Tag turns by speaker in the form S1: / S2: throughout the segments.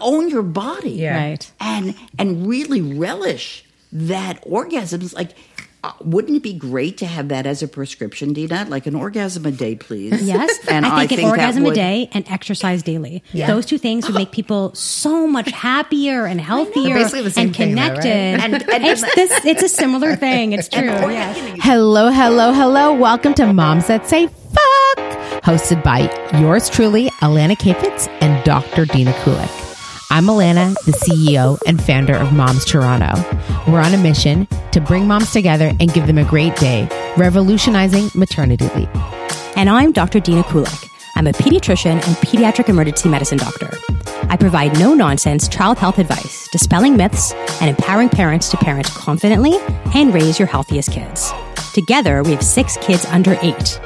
S1: own your body
S2: Yeah.
S3: Right.
S1: and and really relish that orgasms like uh, wouldn't it be great to have that as a prescription, Dina? Like an orgasm a day, please.
S3: Yes,
S1: and
S3: I think an
S1: that
S3: orgasm
S1: would-
S3: a day and exercise daily.
S2: Yeah.
S3: Those two things would make people so much happier and healthier
S2: basically the same
S3: and
S2: thing, though, right?
S3: connected.
S1: And- and-
S3: it's, this, it's a similar thing. It's true. yes.
S4: Hello, hello, hello. Welcome to Moms That Say Fuck, hosted by yours truly, Alana Kafitz and Dr. Dina Kulik. I'm Alana, the CEO and founder of Moms Toronto. We're on a mission to bring moms together and give them a great day, revolutionizing maternity leave.
S3: And I'm Dr. Dina Kulak. I'm a pediatrician and pediatric emergency medicine doctor. I provide no nonsense child health advice, dispelling myths, and empowering parents to parent confidently and raise your healthiest kids. Together, we have six kids under eight.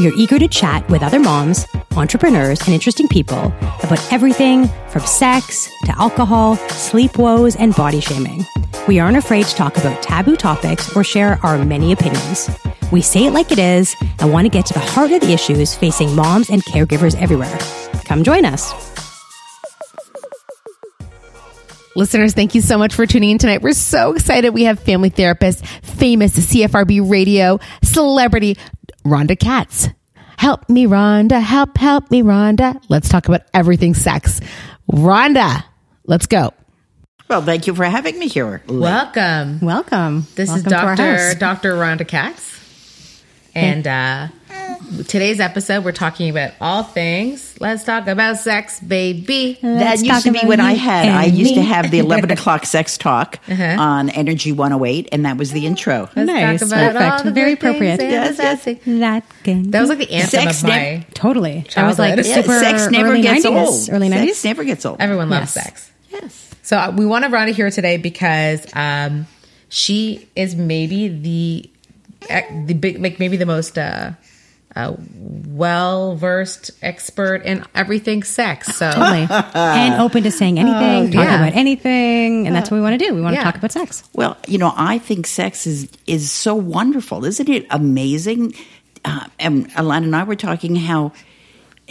S3: We are eager to chat with other moms, entrepreneurs, and interesting people about everything from sex to alcohol, sleep woes, and body shaming. We aren't afraid to talk about taboo topics or share our many opinions. We say it like it is and want to get to the heart of the issues facing moms and caregivers everywhere. Come join us.
S4: Listeners, thank you so much for tuning in tonight. We're so excited. We have family therapist, famous CFRB radio celebrity, Rhonda Katz. Help me, Rhonda. Help, help me, Rhonda. Let's talk about everything sex. Rhonda, let's go.
S1: Well, thank you for having me here.
S2: Welcome.
S3: Welcome.
S2: This
S3: Welcome
S2: is
S3: to our
S2: Dr.
S3: house.
S2: Dr. Rhonda Katz. And uh, today's episode, we're talking about all things. Let's talk about sex, baby.
S3: Let's
S1: that used to
S3: talk
S1: be
S3: about
S1: what I
S3: you
S1: had.
S3: and
S1: I used to
S3: me. Uh-huh.
S1: have the 11 o'clock sex talk on Energy 108, and that was the intro.
S3: Nice.
S2: Let's talk about
S3: Perfect.
S2: all the
S3: Very
S2: good things
S3: appropriate.
S2: and
S1: Yes,
S2: the
S1: yes.
S2: sexy.
S3: That, can
S2: That was like the anthem
S1: Sex
S2: of my.
S1: never-
S3: totally. I was like
S2: Childhood.
S1: Yeah,
S3: super
S1: sex never
S3: early
S1: gets
S3: 90s,
S1: old.
S3: Early 90s.
S1: Sex never gets old.
S2: Everyone
S3: Yes.
S2: loves sex.
S1: Yes.
S2: So uh, we want Rhonda here today because um, she is maybe the eh, the big like maybe the most uh, uh, well versed expert in everything sex. So
S3: Totally. and open to saying anything, talking
S2: yeah.
S3: about anything. And that's what we want to do. We want
S2: Yeah.
S3: to talk about sex.
S1: Well, you know, I think sex is is so wonderful, isn't it? Amazing. Uh, and Alana and I were talking how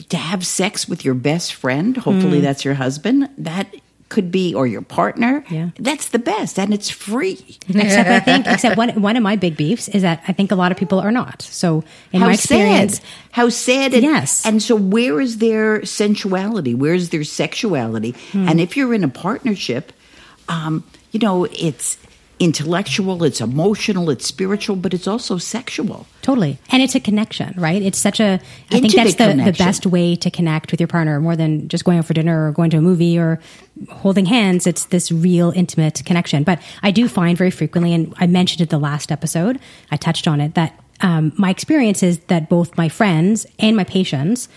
S1: to have sex with your best friend.
S3: Hmm.
S1: Hopefully, that's your husband. That could be or your partner.
S3: Yeah.
S1: that's the best, and it's free.
S3: except I think, except one, one of my big beefs is that I think a lot of people are not. So in my
S1: How
S3: experience,
S1: sad! How sad! And,
S3: Yes.
S1: And so, where is their sensuality? Where is their sexuality?
S3: Hmm.
S1: And if you're in a partnership, um, you know, it's intellectual, it's emotional, it's spiritual, but it's also sexual.
S3: Totally. And it's a connection, right? It's such a, I think
S1: Intimate
S3: that's the, the
S1: connection.
S3: best way to connect with your partner more than just going out for dinner or going to a movie or holding hands. It's this real intimate connection. But I do find very frequently, and I mentioned it the last episode, I touched on it, that um, my experience is that both my friends and my patients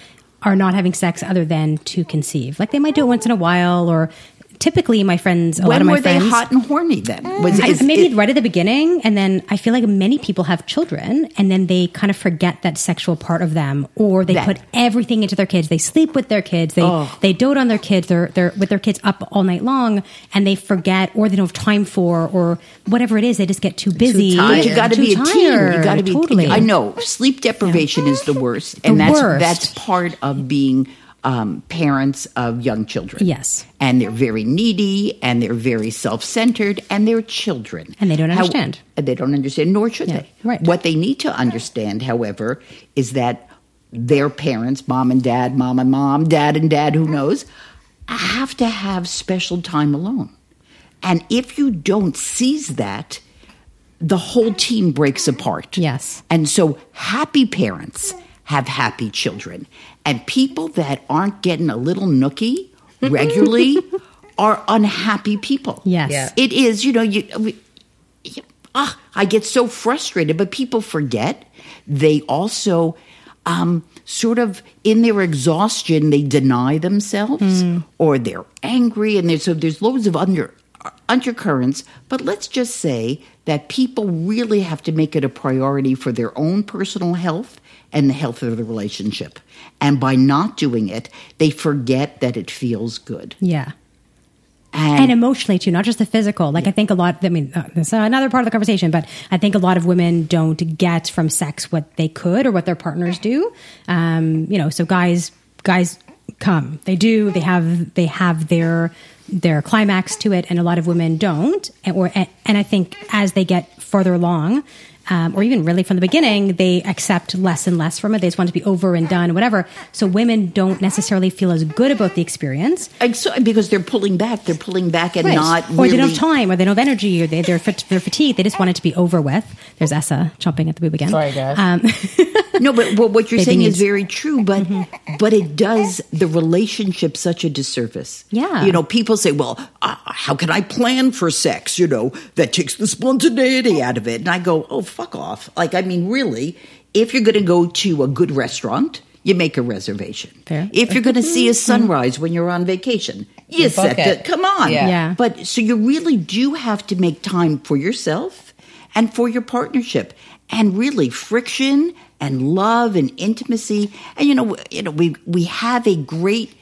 S3: are not having sex other than to conceive. Like they might do it once in a while or typically my friends, a lot
S1: when
S3: of my
S1: were
S3: friends.
S1: they hot and horny then? Was
S3: I-
S1: is-
S3: maybe
S1: it-
S3: right at the beginning, and then I feel like many people have children, and then they kind of forget that sexual part of them, or they
S1: That- Oh.
S3: put everything into their kids. They sleep with their kids. They they dote on their kids. They're they're with their kids up all night long, and they forget, or they don't have time for, or whatever it is. They just get too busy.
S2: tired.
S1: you got to
S3: Too
S1: be a teen. You
S3: tired.
S1: got to be.
S3: totally.
S1: I know sleep deprivation is the worst, and that's
S3: worst.
S1: that's part of being um, parents of young children.
S3: Yes.
S1: and they're very needy, and they're very self-centered, and they're children,
S3: And they don't understand.
S1: and They don't understand, nor should they.
S3: right.
S1: What they need to understand, however, is that their parents, mom and dad, mom and mom, dad and dad, who knows, have to have special time alone. And if you don't seize that, the whole team breaks apart.
S3: Yes.
S1: And so happy parents have happy children. And people that aren't getting a little nookie regularly are unhappy people.
S3: Yes. Yeah.
S1: It is, you know, you. We, Ah, I get so frustrated, but people forget. They also um, sort of, in their exhaustion, they deny themselves or they're angry. And there's, so there's loads of under, undercurrents. But let's just say that people really have to make it a priority for their own personal health and the health of the relationship. And by not doing it, they forget that it feels good.
S3: Yeah. and emotionally too, not just the physical. Like I think a lot. I mean, uh, this is another part of the conversation, but I think a lot of women don't get from sex what they could or what their partners do. Um, you know, so guys, guys come. They do. They have they have their their climax to it, and a lot of women don't. And, or and I think as they get further along, um, or even really from the beginning, they accept less and less from it. They just want it to be over and done, whatever. So women don't necessarily feel as good about the experience,
S1: And so- because they're pulling back, they're pulling back and not
S3: or they don't
S1: really-
S3: have time, or they don't have energy, or they, they're fat- they're fatigued. They just want it to be over with. There's Essa chomping at the boob again.
S2: Sorry, guys.
S1: No, but what, what you're
S3: Baby
S1: saying
S3: needs-
S1: is very true. But
S3: Mm-hmm.
S1: but it does the relationship such a disservice.
S3: Yeah.
S1: you know, people say, "Well, uh, how can I plan for sex?" You know, that takes the spontaneity out of it. And I go, "Oh, fuck off!" Like, I mean, really, if you're going to go to a good restaurant. You make a reservation.
S2: Fair.
S1: If you're going to see
S3: Mm-hmm.
S1: a sunrise when you're on vacation, you
S2: book
S1: set it.
S2: it.
S1: Come on.
S2: Yeah.
S3: Yeah.
S1: But so you really do have to make time for yourself and for your partnership, and really friction and love and intimacy. And you know, you know, we we have a great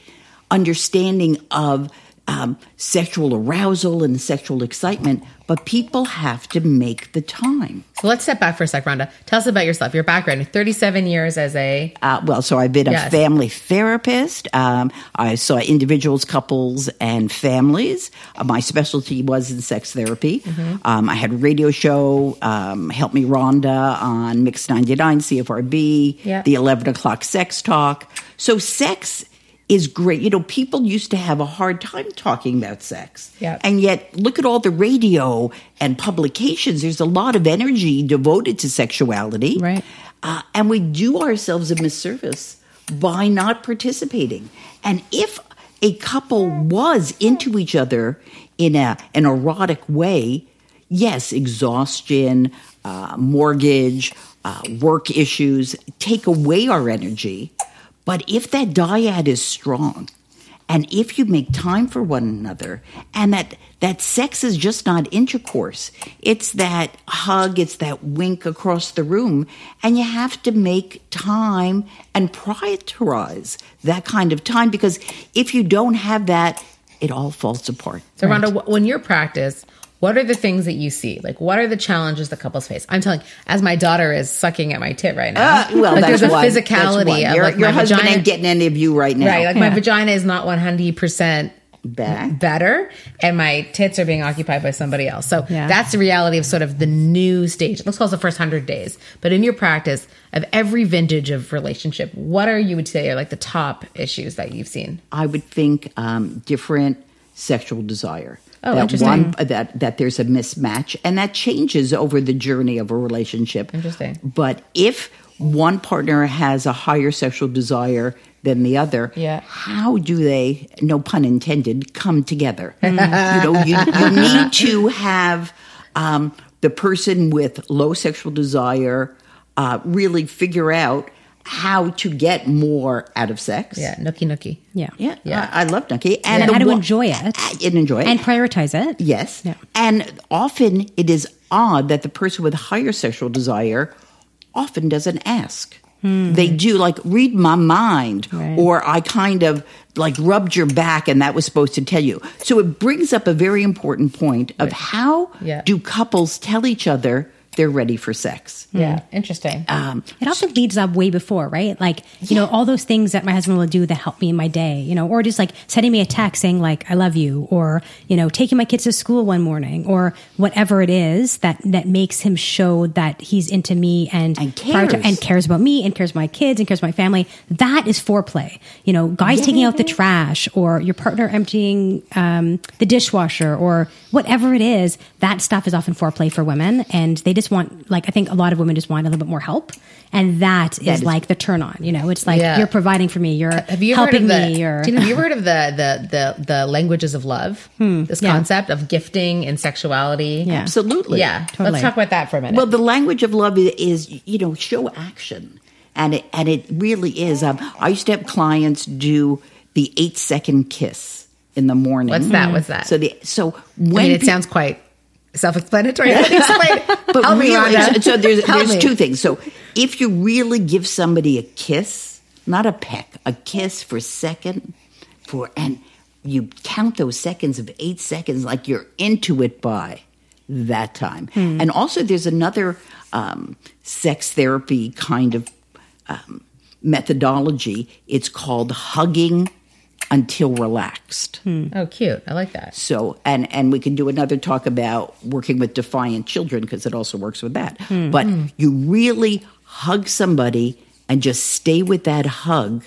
S1: understanding of um, sexual arousal and sexual excitement, but people have to make the time.
S2: So let's step back for a sec, Rhonda. Tell us about yourself, your background. 37 years as a.
S1: Uh, well, so I've been a
S2: Yes.
S1: family therapist. Um, I saw individuals, couples, and families. Uh, my specialty was in sex therapy. Um, I had a radio show, um, Help Me Rhonda on Mix 99, CFRB,
S2: Yep.
S1: the 11 o'clock sex talk. So sex is great. You know, people used to have a hard time talking about sex.
S2: Yep.
S1: And yet, look at all the radio and publications. There's a lot of energy devoted to sexuality.
S4: Right.
S1: Uh, and we do ourselves a misservice by not participating. And if a couple was into each other in a, an erotic way, yes, exhaustion, uh, mortgage, uh, work issues take away our energy. But if that dyad is strong, and if you make time for one another and that that sex is just not intercourse it's that hug it's that wink across the room and you have to make time and prioritize that kind of time because if you don't have that it all falls apart
S2: So, Rhonda, wh- when you're practice, what are the things that you see? Like, what are the challenges the couples face? I'm telling, as my daughter is sucking at my tit right now.
S1: Uh, well
S2: like,
S1: that's
S2: there's a
S1: one. That's
S2: physicality
S1: one.
S2: of
S1: your,
S2: like
S1: your
S2: my
S1: husband
S2: vagina.
S1: ain't getting any of you right now
S2: right, like my vagina is not 100 percent
S1: Back.
S2: better, and my tits are being occupied by somebody else. So
S4: Yeah.
S2: that's the reality of sort of the new stage. Let's call it the first hundred days. But in your practice of every vintage of relationship, what are you would say are like the top issues that you've seen?
S1: I would think um, different sexual desire.
S2: Oh,
S1: that
S2: interesting.
S1: One, uh, that that there's a mismatch, and that changes over the journey of a relationship.
S2: Interesting.
S1: But if one partner has a higher sexual desire than the other,
S2: Yeah.
S1: how do they? No pun intended. Come together. you know, you, you need to have um, the person with low sexual desire uh, really figure out how to get more out of sex.
S2: Yeah, nookie nookie.
S3: Yeah,
S1: Yeah,
S2: Yeah.
S1: I, I love Nucky. And
S3: And
S1: the
S3: how to
S1: wa- Ah,
S3: enjoy it.
S1: and enjoy it.
S3: and prioritize it.
S1: yes,
S3: Yeah.
S1: and often it is odd that the person with higher sexual desire often doesn't ask.
S3: Hmm.
S1: They do like read my mind,
S4: Right.
S1: or I kind of like rubbed your back, and that was supposed to tell you. So it brings up a very important point of how
S2: Yeah.
S1: do couples tell each other they're ready for sex?
S2: Yeah, interesting.
S3: It also leads up way before, right? Like, you know, all those things that my husband will do that help me in my day, you know, or just like sending me a text saying like, I love you, or, you know, taking my kids to school one morning or whatever it is that, that makes him show that he's into me and,
S1: And
S3: prior to-
S1: cares.
S3: and cares about me and cares about my kids and cares about my family. That is foreplay. You know, guys taking out the trash or your partner emptying um, the dishwasher or whatever it is. That stuff is often foreplay for women, and they just want like I think a lot of women just want a little bit more help, and that is,
S1: is-
S3: like the turn on. You know, it's like
S2: Yeah.
S3: you're providing for me, you're
S2: Have you
S3: helping
S2: heard of the,
S3: me, or
S2: Tina, have you heard of the the the, the languages of love? This
S3: yeah.
S2: concept of gifting and sexuality.
S4: Yeah.
S1: Absolutely.
S2: Yeah.
S4: Totally.
S2: Let's talk about that for a minute.
S1: Well, the language of love i- is, you know, show action, and it, and it really is. Um, I used to have clients do the eight second kiss in the morning.
S2: What's that? What's that?
S1: So the so
S2: I
S1: when
S2: mean, it
S1: peo-
S2: sounds quite self-explanatory. Explain.
S1: but
S2: Help me,
S1: really,
S2: Rhonda.
S1: so- so there's
S2: Help
S1: there's
S2: me.
S1: two things. So if you really give somebody a kiss, not a peck, a kiss for a second, for and you count those seconds of eight seconds like you're into it by that time.
S2: Hmm.
S1: And also, there's another um, sex therapy kind of um, methodology. It's called hugging until relaxed.
S2: Oh, cute. I like that.
S1: So, and and we can do another talk about working with defiant children because it also works with that.
S3: Hmm.
S1: But you really hug somebody and just stay with that hug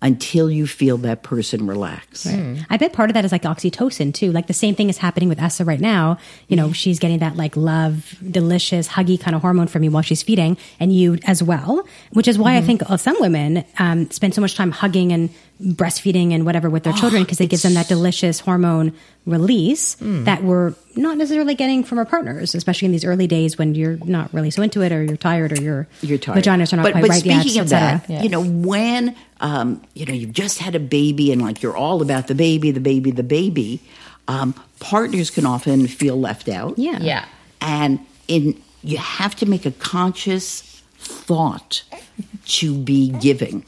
S1: until you feel that person relax.
S3: I bet part of that is like oxytocin too. Like the same thing is happening with Essa right now. You know, she's getting that like love, delicious, huggy kind of hormone from you while she's feeding, and you as well. Which is why
S1: Mm-hmm.
S3: I think uh, some women um, spend so much time hugging and breastfeeding and whatever with their
S1: Oh,
S3: children because it gives them that delicious hormone release
S1: Mm.
S3: that we're not necessarily getting from our partners, especially in these early days when you're not really so into it or you're tired or your
S1: You're tired.
S3: vaginas are not
S1: but,
S3: quite
S1: but
S3: right
S1: speaking
S3: yet. et
S1: of
S3: cetera.
S1: that, you know, when um, you know you've just had a baby and like you're all about the baby, the baby, the baby, um, partners can often feel left out.
S3: yeah,
S2: Yeah.
S1: and in you have to make a conscious thought to be giving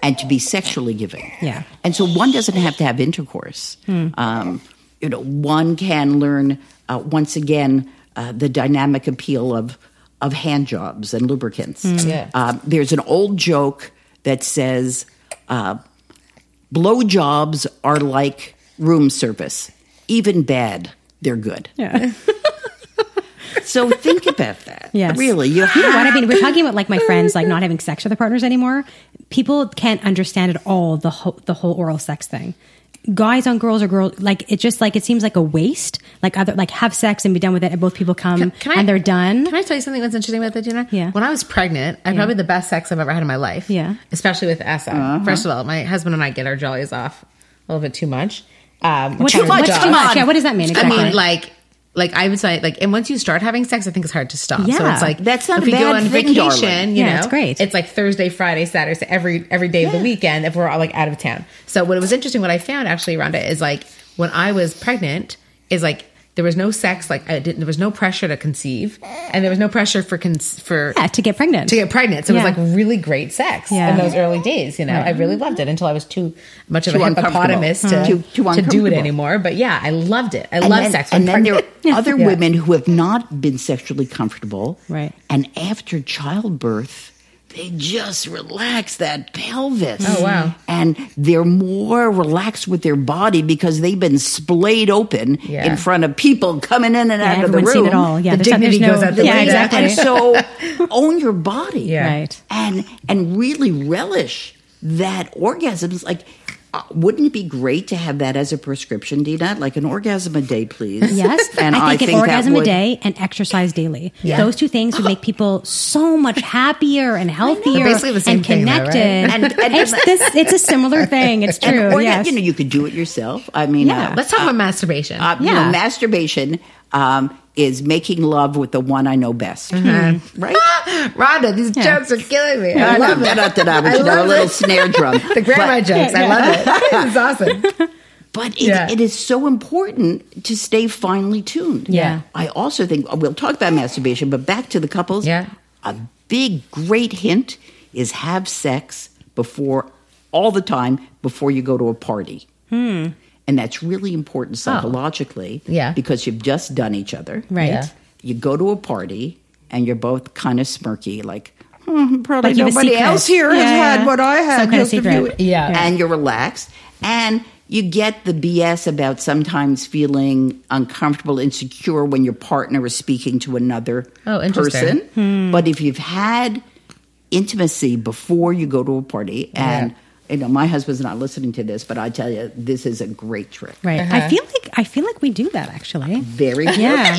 S1: and to be sexually giving
S3: Yeah.
S1: and so one doesn't have to have intercourse um, you know one can learn uh, once again uh, the dynamic appeal of of hand jobs and lubricants
S2: Yeah.
S1: um, there's an old joke that says uh, blowjobs are like room service even bad they're good
S3: yeah.
S1: so think about that.
S3: Yes.
S1: Really, you
S3: You know what I
S1: have
S3: mean? We're talking about like my friends like not having sex with their partners anymore. People can't understand at all the whole the whole oral sex thing. Guys on girls or girls like it just like it seems like a waste. Like other like have sex and be done with it, and both people come
S2: Can I-
S3: and they're done.
S2: Can I tell you something that's interesting about that, Gina?
S3: Yeah.
S2: When I was pregnant, I probably the best sex I've ever had in my life.
S3: Yeah. Uh-huh.
S2: Especially with Essa. First of all, my husband and I get our jollies off a little bit too much. Um,
S3: What's-
S2: kind of
S3: what's
S2: dog.
S3: too much? Yeah, what does that mean
S2: I
S3: exactly?
S2: mean, like, like I would say, like, and once you start having sex, I think it's hard to stop. So
S3: Yeah.
S2: it's like
S1: That's not
S2: if
S1: a
S2: we go
S1: bad
S2: on
S1: thing, darling.
S2: vacation, you
S3: Yeah,
S2: know,
S3: it's great.
S2: It's like Thursday, Friday, Saturday, so every every day of the weekend if we're all like out of town. So what was interesting, what I found actually, Rhonda, is like when I was pregnant, is like there was no sex, like I didn't, there was no pressure to conceive, and there was no pressure for cons- for
S3: yeah, to get pregnant.
S2: to get pregnant. So
S3: Yeah.
S2: it was like really great sex
S3: Yeah.
S2: in those early days. You know, I really loved it until I was too much of
S1: Too
S2: a hippopotamus to,
S1: uncomfortable. Mm. Too- too
S2: to do it
S1: uncomfortable.
S2: anymore. But yeah, I loved it. I love
S1: and then,
S2: sex. when
S1: And then there are
S2: pregnant.
S1: other women who have not been sexually comfortable.
S3: Right.
S1: And after childbirth, they just relax that pelvis.
S2: Oh, wow.
S1: And they're more relaxed with their body because they've been splayed open
S2: Yeah,
S1: in front of people coming in and
S3: yeah,
S1: out of the room.
S3: everyone's seen it all. Yeah,
S2: The
S3: there's not- there's
S2: dignity
S3: no,
S2: goes out the
S3: yeah,
S2: window.
S3: exactly.
S1: And so own your body.
S2: Yeah.
S3: Right.
S1: and and really relish that orgasms like uh, wouldn't it be great to have that as a prescription dina like an orgasm a day please
S3: Yes,
S1: and
S3: I think an
S1: that
S3: orgasm
S1: would-
S3: a day and exercise daily.
S2: Yeah.
S3: Those two things would make people so much happier and healthier,
S2: They're basically the same
S3: and
S2: thing, though, right?
S3: connected.
S1: And- and-
S3: it's, this, it's a similar thing. It's
S1: and
S3: true.
S1: orga-
S3: yes.
S1: you know you could do it yourself i mean
S3: Yeah.
S1: uh,
S2: Let's talk about masturbation.
S1: uh, you know,
S3: Yeah.
S1: masturbation um, is making love with the one i know best
S3: Mm-hmm.
S1: right
S2: Rhonda, these
S3: Yeah.
S2: jokes are killing me. I love it.
S1: Da-da-da-da, which
S2: I
S1: is our
S2: love
S1: little
S2: it.
S1: snare drum
S2: The grandma
S1: But-
S2: jokes. I love it. This is awesome.
S1: But it,
S2: Yeah.
S1: it is so important to stay finely tuned.
S3: Yeah.
S1: I also think uh, we'll talk about masturbation, but back to the couples.
S2: Yeah.
S1: A big, great hint is have sex before, all the time, before you go to a party.
S3: Hmm.
S1: And that's really
S3: Oh.
S1: important psychologically
S2: Yeah.
S1: because you've just done each other.
S3: Right.
S2: Yeah.
S1: You go to a party and you're both kind of smirky, like, hmm, probably
S3: Like you have a
S1: nobody
S3: secret.
S1: else here has
S3: Yeah, yeah.
S1: had what I
S3: Some
S1: had.
S3: kind of
S1: Just if
S3: secret.
S1: you-
S2: Yeah. Yeah.
S1: and you're relaxed and you get the BS about sometimes feeling uncomfortable, insecure when your partner is speaking to another
S2: Oh,
S1: person.
S2: interesting.
S3: Hmm.
S1: But if you've had intimacy before you go to a party, and you know, my husband's not listening to this, but I tell you, this is a great trick.
S3: Right. I feel like I feel like we do that actually.
S1: Very
S3: Yeah.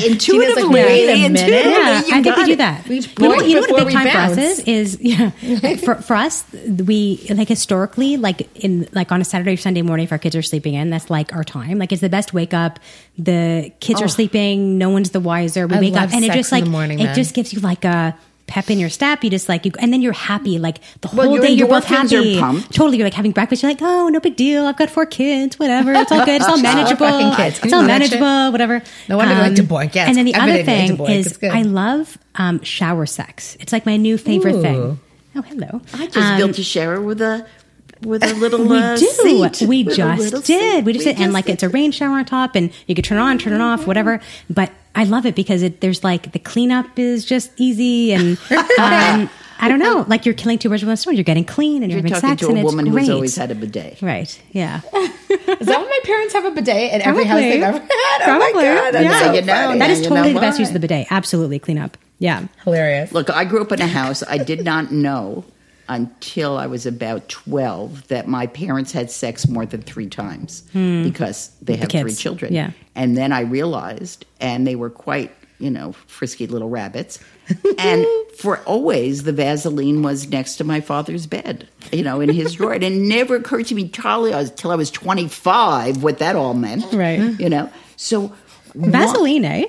S1: good.
S2: Gina's
S1: intuitively.
S2: like, wait a minute.
S1: intuitively,
S3: Yeah,
S1: you
S3: I think
S1: got
S3: we do
S1: it.
S3: that.
S2: We
S3: You know, what- you know what a
S2: before
S3: big
S2: we
S3: time for us
S2: bounce.
S3: is? Is yeah. for for us, we like historically, like in like on a Saturday or Sunday morning, if our kids are sleeping in, that's like our time. Like it's the best wake up. The kids are sleeping. No one's the wiser. We
S2: Oh. I
S3: wake
S2: love
S3: up, and it
S2: sex
S3: just
S2: in the
S3: like
S2: morning,
S3: it
S2: man.
S3: just gives you like a pep in your step. You just like you, and then you're happy. Like the whole
S1: your
S3: day, you're both
S1: endorphins are
S3: happy.
S1: pumped.
S3: Totally, you're like having breakfast. You're like, oh, no big deal. I've got four kids. Whatever. It's all good. It's all manageable.
S2: fucking kids. Can
S3: It's
S2: you
S3: all
S2: imagine?
S3: manageable. Whatever.
S2: No wonder they like to boink.
S3: Um,
S2: Yes,
S3: And then the
S2: I've been
S3: other thing
S2: into boink. It's
S3: is,
S2: good.
S3: I love um, shower sex. It's like my new favorite
S2: Ooh.
S3: thing. Oh, hello.
S1: I just built a shower with a with a little
S3: we
S1: uh,
S3: do.
S1: seat.
S3: We
S1: With a
S3: just
S1: little
S3: did.
S1: seat.
S3: We just did. And like
S1: did. Mm-hmm.
S3: it's a rain shower on top, and you could turn it on, turn it off, whatever. But I love it because it, there's like the cleanup is just easy and um, I don't know, like you're killing two birds with one stone. You're getting clean and you're,
S1: You're
S3: having
S1: talking
S3: sex
S1: to
S3: and
S1: a
S3: it's
S1: woman
S3: great.
S1: who's always had a bidet.
S3: right? Yeah.
S2: Is that why my parents have a bidet at every house they've ever had? Oh my
S3: Probably.
S2: god, that's
S3: Yeah.
S2: so
S1: Now you know.
S2: funny.
S1: Now
S3: that is
S1: you know
S3: totally the best
S1: why.
S3: use of the bidet. Absolutely, clean up. Yeah.
S2: hilarious.
S1: Look, I grew up in a house I did not know until I was about 12 that my parents had sex more than three times because they have three
S3: Hmm. kids.
S1: children.
S3: Yeah.
S1: And then I realized, and they were quite, you know, frisky little rabbits. and for always, the Vaseline was next to my father's bed, you know, in his drawer. And it never occurred to me till I was, till I was 25 what that all meant.
S3: Right.
S1: You know? So.
S3: Vaseline, eh?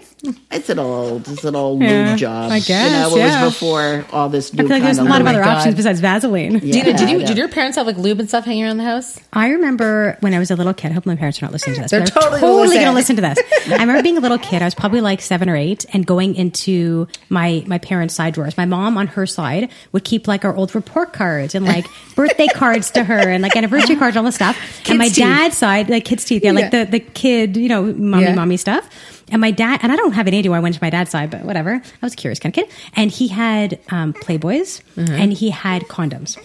S1: It's an old, it's an old
S3: Yeah,
S1: lube job.
S3: I guess,
S1: You know,
S3: yeah.
S1: it was before all this new
S3: I feel like
S1: kind
S3: there's a
S1: of
S3: lot of
S1: lube.
S3: other
S2: Oh God.
S3: options besides Vaseline.
S2: Dina, did you
S1: Yeah.
S2: did your parents have like lube and stuff hanging around the house?
S3: I remember when I was a little kid. I hope my parents are not listening to this.
S2: They're
S3: but
S2: totally gonna
S3: totally
S2: listen.
S3: going to listen to this. I remember being a little kid. I was probably like seven or eight, and going into my my parents' side drawers. My mom on her side would keep like our old report cards and like birthday cards to her, and like anniversary cards, and all this stuff. and my
S2: Kids' teeth.
S3: dad's side, like kids' teeth, yeah, like
S2: Yeah.
S3: the the kid, you know, mommy,
S2: Yeah.
S3: mommy stuff. And my dad, and I don't have any idea why I went to my dad's side, but whatever. I was a curious kind of kid, and he had um, Playboys, and he had condoms.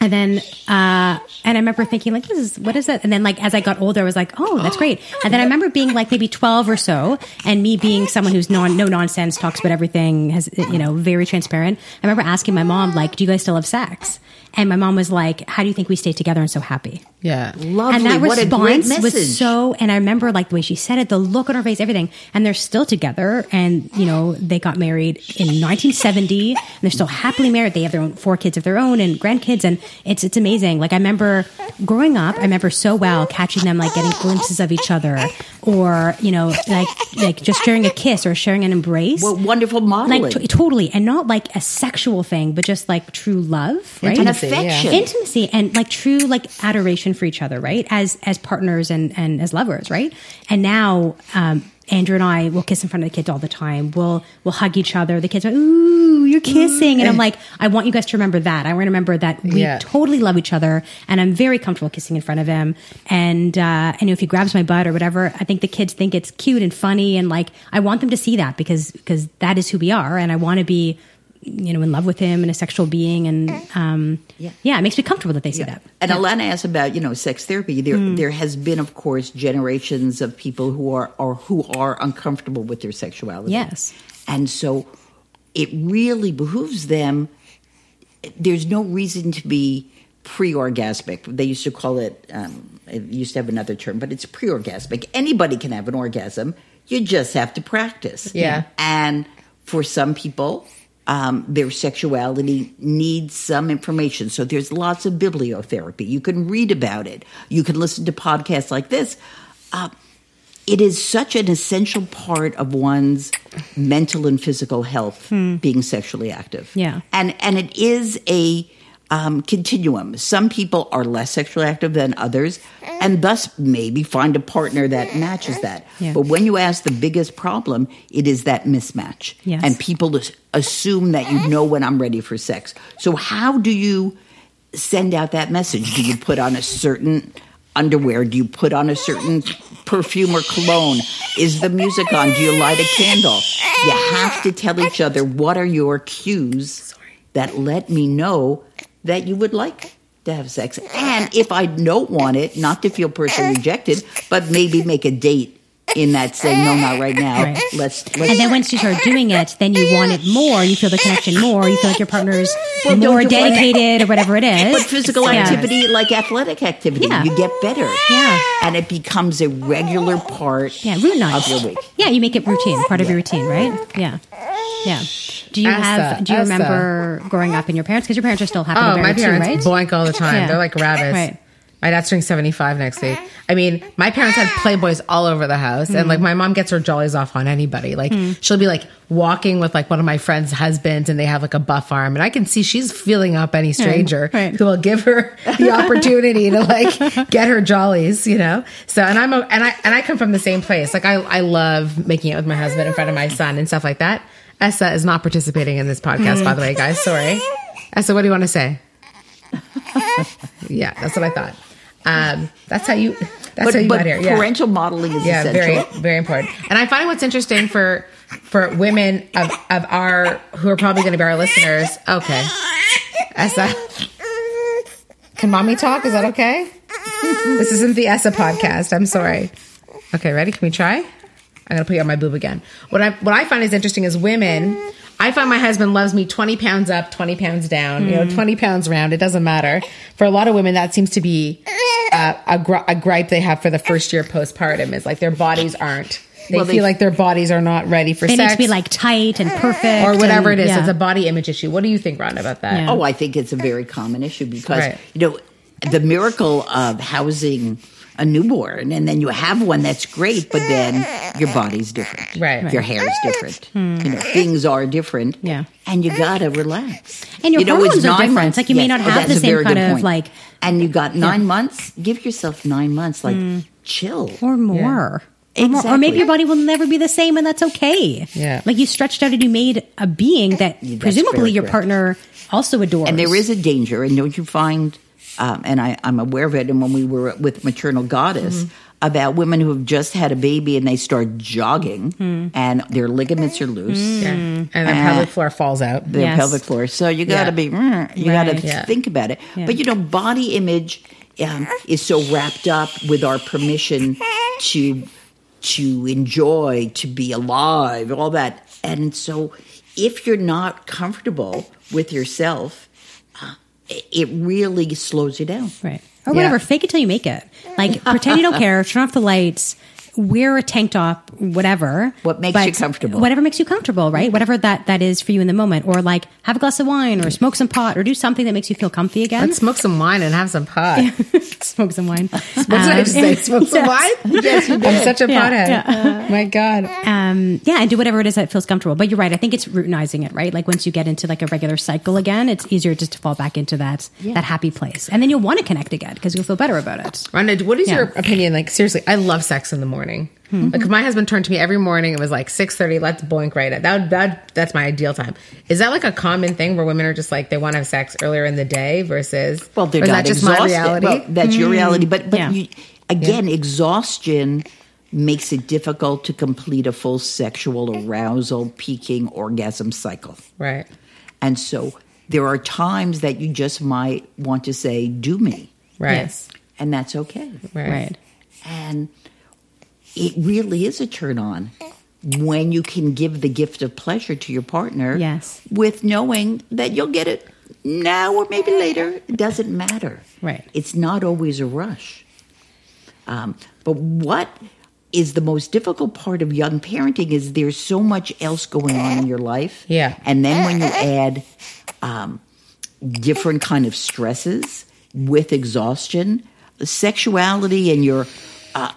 S3: And then, uh, and I remember thinking, like, this is, what is that? And then, like, as I got older, I was like, oh, that's great. And then I remember being like maybe 12 or so, and me being someone who's non, no nonsense, talks about everything, has, you know, very transparent. I remember asking my mom, like, do you guys still have sex? And my mom was like, how do you think we stay together and so happy?
S2: Yeah.
S1: Lovely.
S3: And that
S1: what
S3: response
S1: a great message.
S3: was so, and I remember like the way she said it, the look on her face, everything. And they're still together. And, you know, they got married in 1970 and they're still happily married. They have their own four kids of their own and grandkids. And it's, it's amazing. Like I remember growing up, I remember so well catching them like getting glimpses of each other or, you know, like, like just sharing a kiss or sharing an embrace.
S1: Well, wonderful modeling.
S3: like t- totally. And not like a sexual thing, but just like true love, right?
S1: and
S2: Intimacy, yeah.
S1: affection.
S3: intimacy and like true like adoration for each other right as as partners and and as lovers right and now um Andrew and I will kiss in front of the kids all the time. We'll we'll hug each other. The kids are, ooh, you're kissing. And I'm like, I want you guys to remember that. I want to remember that we
S2: Yeah.
S3: totally love each other and I'm very comfortable kissing in front of him. And uh and if he grabs my butt or whatever, I think the kids think it's cute and funny and like I want them to see that because because that is who we are and I want to be you know, in love with him and a sexual being, and um, yeah. it makes me comfortable that they see that.
S1: And Alana asked about you know sex therapy. There,
S3: Hmm.
S1: there has been, of course, generations of people who are or who are uncomfortable with their sexuality.
S3: Yes.
S1: and so it really behooves them. There's no reason to be pre-orgasmic. They used to call it. Um, it used to have another term, but it's pre-orgasmic. Anybody can have an orgasm. You just have to practice.
S2: Yeah.
S1: And for some people, um, their sexuality needs some information. So there's lots of bibliotherapy. You can read about it, you can listen to podcasts like this. Uh, it is such an essential part of one's mental and physical health being sexually active.
S3: Hmm. Yeah.
S1: And, and it is a um, continuum. Some people are less sexually active than others, and thus maybe find a partner that matches that.
S3: Yeah.
S1: But when you ask the biggest problem, it is that mismatch.
S3: Yes.
S1: And people as- assume that you know when I'm ready for sex. So, how do you send out that message? Do you put on a certain underwear? Do you put on a certain perfume or cologne? Is the music on? Do you light a candle? You have to tell each other what are your cues that let me know that you would like to have sex. And if I don't want it, not to feel personally rejected, but maybe make a date in that saying, no, not right now.
S3: Right.
S1: Let's, let's
S3: And then once you start doing it, then you want it more. You feel the connection more. You feel like your partner's
S1: don't
S3: more
S1: you want that?
S3: dedicated or whatever it is.
S1: But physical
S3: Yeah.
S1: activity, like athletic activity,
S3: Yeah.
S1: you get better.
S3: Yeah.
S1: And it becomes a regular part
S3: Yeah, root knot.
S1: of your week.
S3: Yeah, you make it routine, part of your routine, right? Yeah. Yeah. Do you
S2: Asa,
S3: have? Do you
S2: Asa.
S3: remember growing up and your parents? Because your parents are still happily
S2: Oh, my
S3: married too,
S2: parents
S3: right?
S2: blank all the time.
S3: Yeah.
S2: They're like rabbits.
S3: Right.
S2: My dad's turning 75 next week. I mean, my parents had Playboys all over the house. And like my mom gets her jollies off on anybody. Like
S3: Mm.
S2: she'll be like walking with like one of my friend's husbands and they have like a buff arm. And I can see she's feeling up any stranger
S3: right.
S2: who will give her the opportunity to like get her jollies, you know? So, and I'm, a, and I, and I come from the same place. Like I, I love making it with my husband in front of my son and stuff like that. Essa is not participating in this podcast, by the way, guys. Sorry. Essa, what do you want to say? Yeah, that's what I thought. Um, that's how you. That's
S1: but
S2: how you
S1: but
S2: got here, yeah.
S1: parental modeling is
S2: yeah
S1: essential.
S2: very very important and i find what's interesting for for women of of our who are probably going to be our listeners okay essa can mommy talk is that okay this isn't the essa podcast i'm sorry okay ready can we try i'm gonna put you on my boob again what i what i find is interesting is women I find my husband loves me 20 pounds up, 20 pounds down, you know, 20 pounds round. It doesn't matter. For a lot of women, that seems to be uh, a, gri- a gripe they have for the first year postpartum is like their bodies aren't. They
S1: Well, they-
S2: feel like their bodies are not ready for
S3: They
S2: sex
S3: need to be like tight and perfect
S2: or whatever
S3: and-
S2: it is.
S3: yeah.
S2: It's a body image issue. What do you think, Ron, about that?
S3: Yeah.
S1: Oh, I think it's a very common issue because
S2: Right.
S1: you know the miracle of housing a newborn, and then you have one that's great, but then your body's different,
S2: Right. Right.
S1: Your hair's different. You know, things are different.
S3: Yeah.
S1: and you gotta relax.
S3: And your
S1: you know, it's
S3: hormones are
S1: nine
S3: different.
S1: months-
S3: Like, you may not
S1: oh,
S3: have
S1: that's
S3: the
S1: a
S3: same
S1: very
S3: kind
S1: good
S3: of,
S1: point.
S3: like-
S1: And you got nine months. Give yourself nine months. Like chill.
S3: or more.
S1: Yeah.
S3: Or more- Or maybe
S1: Exactly.
S3: your body will never be the same, and that's okay.
S2: Yeah.
S3: Like you stretched out and you made a being that
S1: That's
S3: presumably
S1: very
S3: your
S1: correct.
S3: partner also adores.
S1: And there is a danger, and don't you find? Um, and I, I'm aware of it. And when we were with Maternal Goddess, about women who have just had a baby and they start jogging, and their ligaments are loose,
S2: Yeah. And the pelvic floor falls out.
S1: their
S3: Yes.
S1: pelvic floor. So you got to be,
S2: Yeah.
S1: mm, you got
S3: Right.
S1: to
S2: Yeah.
S1: think about it. But you know, body image um, is so wrapped up with our permission to to enjoy, to be alive, all that. And so, if you're not comfortable with yourself, uh, it- it really slows you down.
S3: Right. Or whatever.
S2: Yeah.
S3: Fake it till you make it. Like pretend you don't care. Turn off the lights. Wear a tank top, whatever.
S1: What makes you comfortable. Mm-hmm.
S3: Whatever makes you comfortable, right? Whatever that that is for you in the moment. Or like have a glass of wine, or smoke some pot, or do something that makes you feel comfy again.
S2: Let's smoke some wine and have some pot.
S3: smoke some wine.
S2: What did I just say? Smoke some wine?
S1: Yes, you
S2: I'm such a
S3: Yeah,
S2: pothead. My God.
S3: um, yeah, and do whatever it is that feels comfortable. But you're right. I think it's routinizing it, right? Like once you get into like a regular cycle again, it's easier just to fall back into that that happy place, and then you'll want to connect again because you'll feel better about it.
S2: Rhonda, what is
S3: Yeah.
S2: your opinion? Like, seriously, I love sex in the morning. Like, if my husband turned to me every morning. It was like six thirty. Let's boink right at that. That that's my ideal time. Is that like a common thing where women are just like they want to have sex earlier in the day versus?
S1: Well, they're
S2: or is
S1: not
S2: that just
S1: exhausted.
S2: my reality? Hmm.
S1: Well, that's your reality, but but
S3: Yeah.
S1: you, again, exhaustion makes it difficult to complete a full sexual arousal, peaking, orgasm cycle,
S2: right.
S1: and so there are times that you just might want to say, "Do me,"
S2: Right.
S3: Yes.
S1: and that's okay.
S2: Right.
S3: Right.
S1: And it really is a turn on when you can give the gift of pleasure to your partner,
S3: Yes.
S1: with knowing that you'll get it now or maybe later. It doesn't matter.
S3: Right.
S1: It's not always a rush. Um, but what is the most difficult part of young parenting is there's so much else going on in your life.
S2: Yeah.
S1: And then when you add um, different kind of stresses with exhaustion, sexuality and your uh,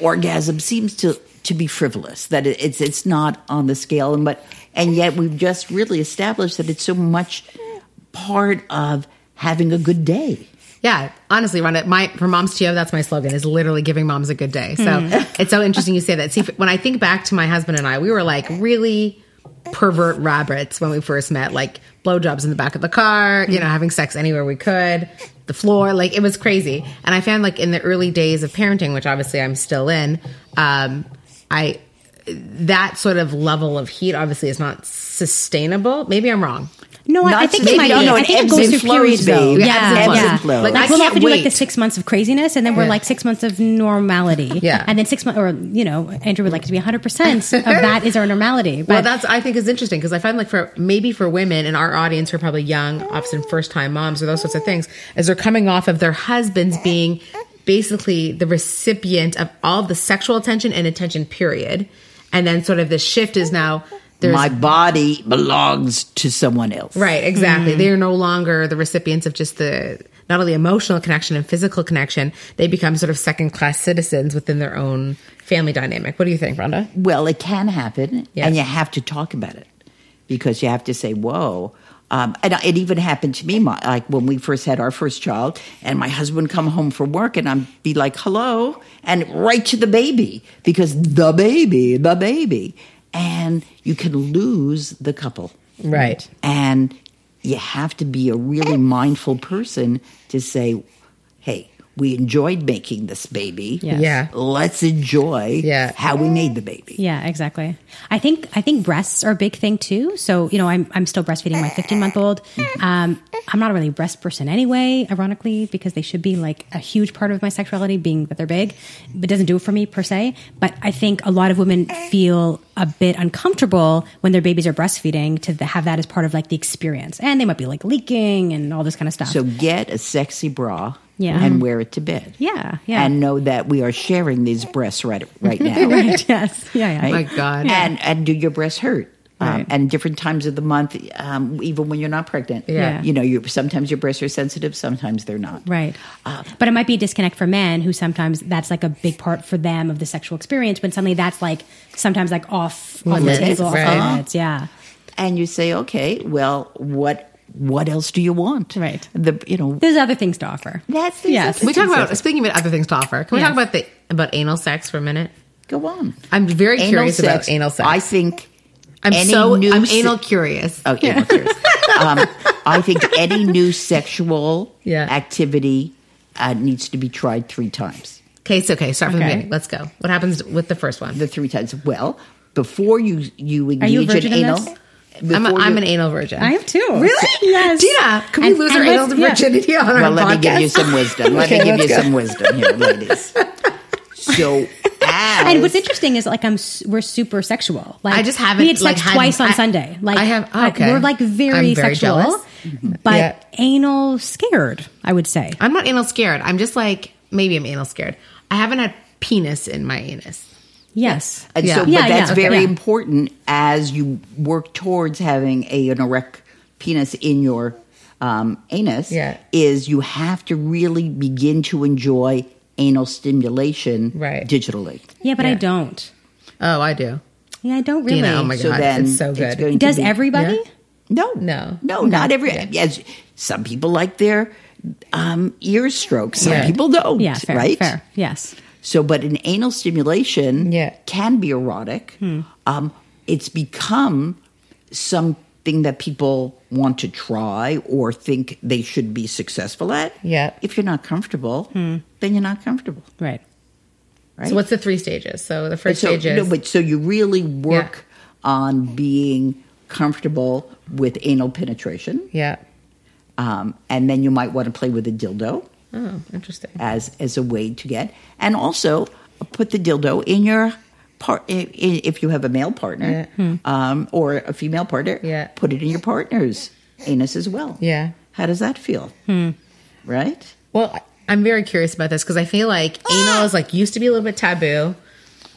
S1: orgasm seems to to be frivolous. That it- it's it's not on the scale, and but and yet we've just really established that it's so much part of having a good day.
S2: Yeah, honestly, Rhonda, my for moms to you, that's my slogan is literally giving moms a good day. So it's so interesting you say that. See, when I think back to my husband and I, we were like really pervert rabbits when we first met, like blowjobs in the back of the car, you know, having sex anywhere we could, the floor, like it was crazy. And I found like in the early days of parenting, which obviously I'm still in, um, I that sort of level of heat obviously is not sustainable. Maybe I'm wrong.
S3: No, I,
S1: Not
S3: I think it
S1: maybe-
S3: might
S1: no,
S3: be.
S1: no,
S3: I
S1: it
S3: think it
S1: ebbs
S3: goes
S1: and
S3: through
S1: flows,
S3: periods, though.
S1: babe.
S3: Yeah,
S1: It
S2: ebbs
S3: yeah.
S2: and
S1: flows.
S3: Like,
S1: Like,
S2: I
S3: we'll have
S2: can't
S3: to do like the
S2: wait.
S3: six months of craziness, and then we're
S2: Yeah.
S3: like six months of normality.
S2: Yeah.
S3: and then six months, or you know, Andrew would like to be hundred percent of that is our normality. But
S2: well, that's I think is interesting because I find like for maybe for women in our audience who are probably young, often first time moms or those sorts of things, as they're coming off of their husbands being basically the recipient of all the sexual attention and attention period, and then sort of the shift is now there's
S1: My body belongs to someone else.
S2: Right, exactly. They are no longer the recipients of just the not only emotional connection and physical connection, they become sort of second class citizens within their own family dynamic. What do you think, Rhonda?
S1: Well, it can happen,
S2: Yeah.
S1: and you have to talk about it because you have to say, "Whoa." Um, and I- it even happened to me, my, like when we first had our first child, and my husband come home from work, and I'd be like, "Hello," and right to the baby because the baby, the baby, and you can lose the couple,
S2: Right.
S1: and you have to be a really mindful person to say, "Hey, we enjoyed making this baby.
S3: Yes.
S2: Yeah.
S1: Let's enjoy
S2: Yeah.
S1: how we made the baby.
S3: Yeah, exactly. I think I think breasts are a big thing too. So you know, I'm I'm still breastfeeding my 15 month old. Um, I'm not a really breast person anyway, ironically, because they should be like a huge part of my sexuality, being that they're big. But it doesn't do it for me per se. But I think a lot of women feel a bit uncomfortable when their babies are breastfeeding to have that as part of like the experience, and they might be like leaking and all this kind of stuff.
S1: So get a sexy bra
S3: Yeah.
S1: and wear it to bed.
S3: yeah, yeah,
S1: And know that we are sharing these breasts right right now.
S3: right, yes, yeah, yeah.
S1: right?
S2: my God.
S1: And and do your breasts hurt? Um, And different times of the month, um, even when you're not pregnant,
S2: Yeah.
S1: you know, you sometimes your breasts are sensitive, sometimes they're not.
S3: Right. Um, but it might be a disconnect for men who sometimes that's like a big part for them of the sexual experience when suddenly that's like sometimes like off on the
S1: Limits,
S3: table, off
S2: right.
S3: limits. Yeah.
S1: And you say, okay, well, what what else do you want?
S3: Right.
S1: The you know
S3: There's other things to offer.
S1: that's
S3: Yes.
S2: we talk about speaking about other things to offer. Can we
S3: Yeah.
S2: talk about the about anal sex for a minute?
S1: go on.
S2: I'm very
S1: Anal
S2: curious
S1: sex,
S2: about anal sex.
S1: I think
S2: I'm
S1: any
S2: so
S1: new
S2: I'm
S1: se-
S2: anal curious.
S1: Oh, anal curious. um, I think any new sexual
S2: Yeah.
S1: activity uh, needs to be tried three times.
S2: Okay, so okay, start from
S3: Okay.
S2: the beginning. Let's go. What happens with the first one?
S1: The three times. Well, before you you engage
S3: you a virgin
S1: in
S3: in
S1: anal,
S3: this?
S2: I'm, a,
S1: before
S2: I'm
S1: you-
S2: an anal virgin.
S3: I have two.
S2: Really?
S3: Yes.
S2: Dina, can we
S3: And-
S2: lose
S3: and
S2: our anal
S3: let's- yeah.
S2: virginity on our
S1: Well, let me give you
S2: podcast?
S1: some wisdom. Let me
S2: Okay,
S1: give you
S2: let's go.
S1: some wisdom here, ladies. So, as
S3: And what's interesting is like I'm s- we're super sexual. Like
S2: I just haven't,
S3: we had sex
S2: like, had-
S3: twice on
S2: I-
S3: Sunday. Like
S2: I have- oh,
S3: like,
S2: okay.
S3: we're like very,
S2: I'm very
S3: sexual,
S2: jealous.
S3: but
S2: Yeah.
S3: anal scared. I would say.
S2: I'm not anal scared. I'm just like maybe I'm anal scared. I haven't had penis in my anus.
S3: Yes.
S1: And so,
S2: Yeah.
S1: but
S3: Yeah,
S1: that's
S3: yeah.
S1: very
S3: Okay. Yeah.
S1: important as you work towards having a, an erect penis in your um, anus.
S2: Yeah.
S1: Is you have to really begin to enjoy anal stimulation
S2: Right.
S1: digitally.
S3: Yeah, but I
S2: Yeah.
S3: don't.
S2: Oh, I do.
S3: Yeah, I don't really.
S2: Dina, oh my
S1: So
S2: god,
S1: then
S2: it's so
S1: it's
S2: good.
S1: going-
S3: Does
S1: Yeah.
S3: everybody?
S1: No,
S2: No.
S1: no, not every. As some people like their um, ear strokes, some
S2: Yeah.
S1: people don't.
S3: Yeah, fair,
S1: right?
S3: fair. Yes.
S1: So, but an anal stimulation
S2: Yeah. Hmm.
S1: can be erotic. Um, it's become something that people want to try or think they should be successful at.
S2: Yeah. Hmm.
S1: If you're not comfortable, then you're not comfortable.
S3: Right.
S1: Right.
S2: so what's the three stages? So the first
S1: so,
S2: stage is
S1: no, but so you really work on being comfortable with anal penetration,
S2: yeah.
S1: um, and then you might want to play with a dildo.
S2: Oh, interesting.
S1: as as a way to get and also put the dildo in your part if you have a male partner
S3: Hmm.
S2: Yeah.
S1: um, or a female partner
S2: Yeah.
S1: put it in your partner's anus as well
S2: Yeah.
S1: how does that feel
S3: Hmm.
S1: right
S2: Well, I- I'm very curious about this because I feel like
S3: Ah!
S2: anal is like used to be a little bit taboo,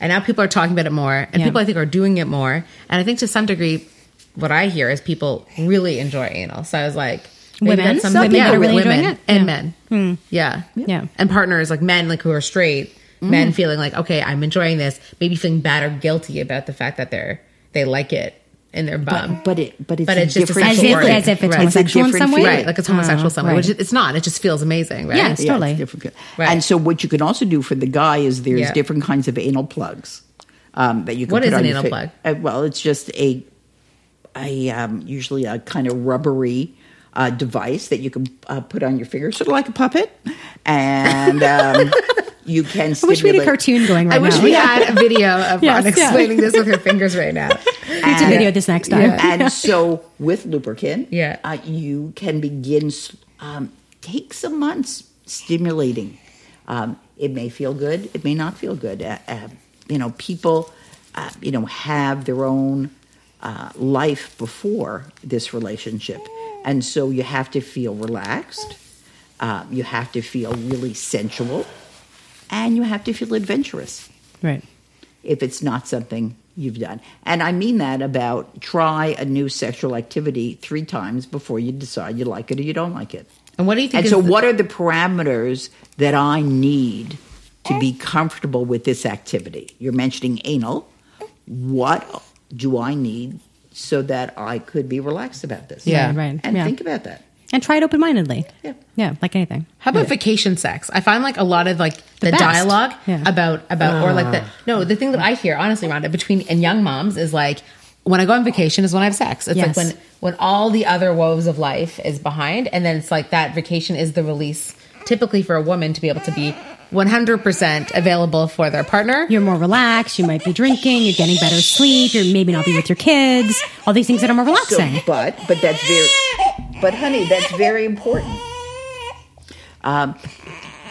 S2: and now people are talking about it more, and
S3: Yeah.
S2: people I think are doing it more, and I think to some degree, what I hear is people really enjoy anal. So I was like, maybe
S3: Women?
S2: that's
S3: Some
S2: something,
S3: people
S2: yeah,
S3: are really
S2: women
S3: enjoying it.
S2: and
S3: Yeah. Hmm.
S2: men, yeah,
S3: Yeah. Mm-hmm.
S2: and partners like men like who are straight, men feeling like okay, I'm enjoying this, maybe feeling bad or guilty about the fact that they're they like it in their bum.
S1: but it but it's,
S2: Um, But
S1: a
S2: it's just a
S1: different
S3: As if,
S2: sexual
S1: feeling.
S2: organ.
S3: as if it's
S2: Right.
S3: homosexual in
S1: It's a
S3: some way.
S1: different
S2: Right, like it's homosexual
S3: Oh,
S2: somewhere,
S3: right.
S2: which it- it's not. It just feels amazing, right?
S3: Yes.
S1: Yeah, it's
S3: Totally.
S1: different feel-
S2: Right.
S1: And so, what you can also do for the guy is there's
S2: Yeah.
S1: different kinds of anal plugs um, that you can.
S2: What
S1: put
S2: is
S1: on
S2: an
S1: your
S2: anal
S1: fi-
S2: plug?
S1: Uh, well, it's just a, a um, usually a kind of rubbery. Uh, device that you can uh, put on your finger, sort of like a puppet, and um, you can.
S3: I wish we had a
S1: stimulate-
S3: cartoon going right
S2: I wish
S3: now.
S2: we had a video of
S3: Yes,
S2: Ron
S3: yeah.
S2: explaining this with her fingers right now.
S3: We have to video this next time.
S1: and so with lubricant,
S2: Yeah.
S1: uh, you can begin. s- Um, take some months stimulating. Um, it may feel good. It may not feel good. Uh, uh, you know, people, uh, you know, have their own uh, life before this relationship, and so you have to feel relaxed. Uh, you have to feel really sensual, and you have to feel adventurous
S3: Right.
S1: if it's not something you've done. And I mean that about try a new sexual activity three times before you decide you like it or you don't like it.
S2: And what do you think?
S1: And
S2: is
S1: so,
S2: the-
S1: what are the parameters that I need to be comfortable with this activity? You're mentioning anal. What do I need so that I could be relaxed about this?
S2: Yeah.
S3: Right, right.
S1: And
S3: Yeah.
S1: think about that.
S3: And try it open mindedly.
S1: Yeah.
S3: Yeah, like anything.
S2: How about vacation sex? I find like a lot of like the,
S3: best.
S2: dialogue
S3: Yeah. Oh.
S2: about about or like the no the thing that I hear honestly, Rhonda, between and young moms is like when I go on vacation is when I have sex. It's
S3: Yes.
S2: like when when all the other woes of life is behind, and then it's like that vacation is the release typically for a woman to be able to be 100% available for their partner.
S3: You're more relaxed. You might be drinking. You're getting better sleep. You're maybe not be with your kids. All these things that are more
S1: So,
S3: relaxing.
S1: but but that's very but honey, that's very important. Um,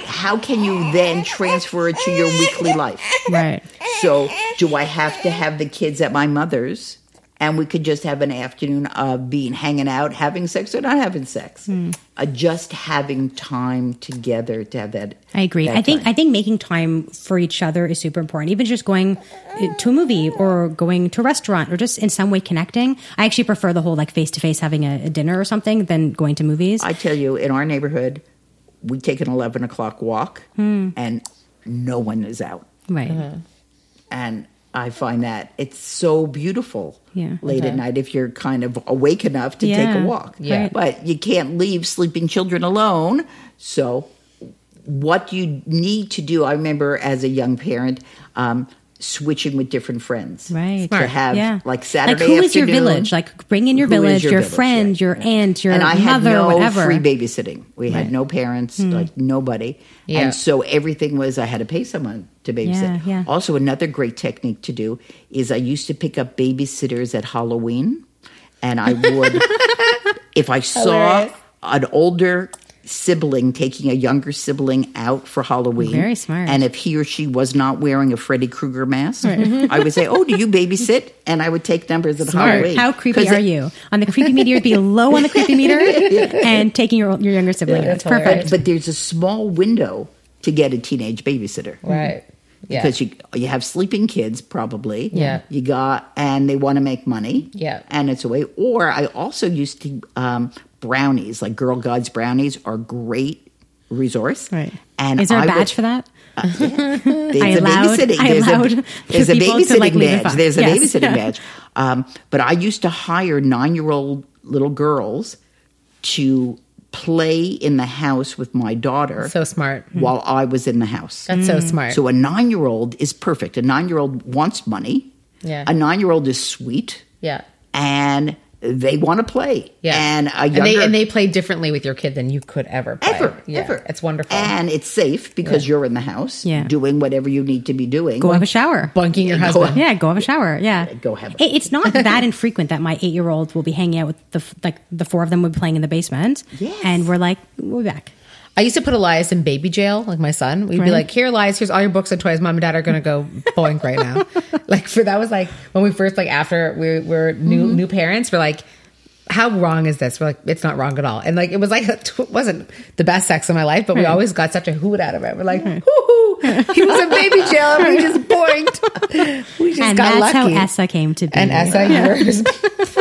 S1: how can you then transfer it to your weekly life?
S4: Right.
S1: So do I have to have the kids at my mother's? And we could just have an afternoon of being hanging out, having sex or not having sex. Uh, just having time together to have that.
S3: I agree.
S1: that
S3: I think
S1: time.
S3: I think making time for each other is super important. Even just going uh, to a movie or going to a restaurant or just in some way connecting. I actually prefer the whole like face to face having a, a dinner or something than going to movies.
S1: I tell you, in our neighborhood, we take an 11 o'clock walk and no one is out.
S3: right.
S1: And I find that it's so beautiful
S3: Yeah.
S1: late at night if you're kind of awake enough to take
S3: Yeah.
S1: a walk.
S2: Yeah. Right.
S1: But you can't leave sleeping children alone. So, what you need to do, I remember as a young parent, um, switching with different friends.
S3: Right.
S1: To
S3: Smart.
S1: have
S3: Yeah.
S1: like Saturday
S3: Like who is your
S1: afternoon.
S3: village? Like bring in your
S1: Who is
S3: village, your,
S1: village,
S3: friend,
S1: right,
S3: your
S1: right.
S3: aunt, your
S1: and I had
S3: mother,
S1: no
S3: whatever. Hmm.
S1: free babysitting. We had no parents, like nobody,
S2: Yeah.
S1: and so everything was I had to pay someone to babysit.
S3: Yeah, yeah.
S1: Also, another great technique to do is I used to pick up babysitters at Halloween, and I would if I saw
S2: Hilarious.
S1: an older sibling taking a younger sibling out for Halloween.
S3: Very smart.
S1: And if he or she was not wearing a Freddy Krueger mask, I would say, "Oh, do you babysit?" And I would take numbers at Halloween.
S3: How creepy
S1: 'Cause
S3: are
S1: it-
S3: you? On the creepy meter, you'd be low on the creepy meter and taking your your younger sibling.
S2: Yeah,
S3: that's
S2: that's
S3: perfect.
S1: But there's a small window to get a teenage babysitter.
S2: Right. Yeah.
S1: Because you you have sleeping kids probably.
S2: Yeah.
S1: You got and they want to make money.
S2: Yeah.
S1: And it's a way. Or I also used to um, brownies like Girl Guides brownies are great resource.
S4: Right.
S1: And
S3: is there a
S1: I
S3: badge
S1: would-
S3: for that?
S1: There's
S3: I
S1: a
S3: allowed-
S1: babysitting.
S3: I
S1: There's
S3: allowed
S1: a, there's a
S3: people to,
S1: babysitting
S3: like, leave the
S1: badge.
S3: fuck.
S1: There's a
S3: Yes.
S1: babysitting badge. Um, but I used to hire nine year old little girls to play in the house with my daughter
S2: so smart.
S1: while I was in the house.
S2: That's so
S3: Mm.
S2: smart.
S1: So a nine year old is perfect. A nine year old wants money.
S2: Yeah.
S1: A nine year old is sweet.
S2: yeah.
S1: And they want to play.
S2: Yeah.
S1: And a younger
S2: and they and they play differently with your kid than you could ever play.
S1: ever
S2: Yeah.
S1: ever.
S2: It's wonderful.
S1: And it's safe because you're in the house
S3: Yeah.
S1: doing whatever you need to be doing.
S3: Go have a shower.
S2: Bunking your
S1: Go-
S2: husband.
S3: Yeah, go have a shower. Yeah,
S1: go have a-
S3: it. It's not that infrequent that my eight-year-old will be hanging out with the f- like the four of them would be playing in the basement.
S1: Yes.
S3: and we're like, we'll be back.
S2: I used to put Elias in baby jail, like my son. We'd
S3: Right.
S2: be like, "Here, Elias, here's all your books and toys. Mom and Dad are gonna go boink right now." like for that was like when we first like after we were new
S1: Mm-hmm.
S2: new parents. We're like, "How wrong is this?" We're like, "It's not wrong at all." And like it was like it wasn't the best sex of my life, but we always got such a hoot out of it. We're like, "Hoo hoo!" He was in baby jail, and we just boinked. We just
S3: and
S2: got
S3: that's
S2: lucky.
S3: how Essa came to be.
S2: and Essa, you were just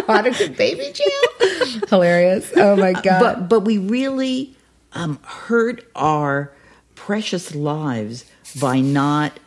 S2: product of baby jail. Hilarious! Oh my god!
S1: but but we really um, hurt our precious lives by not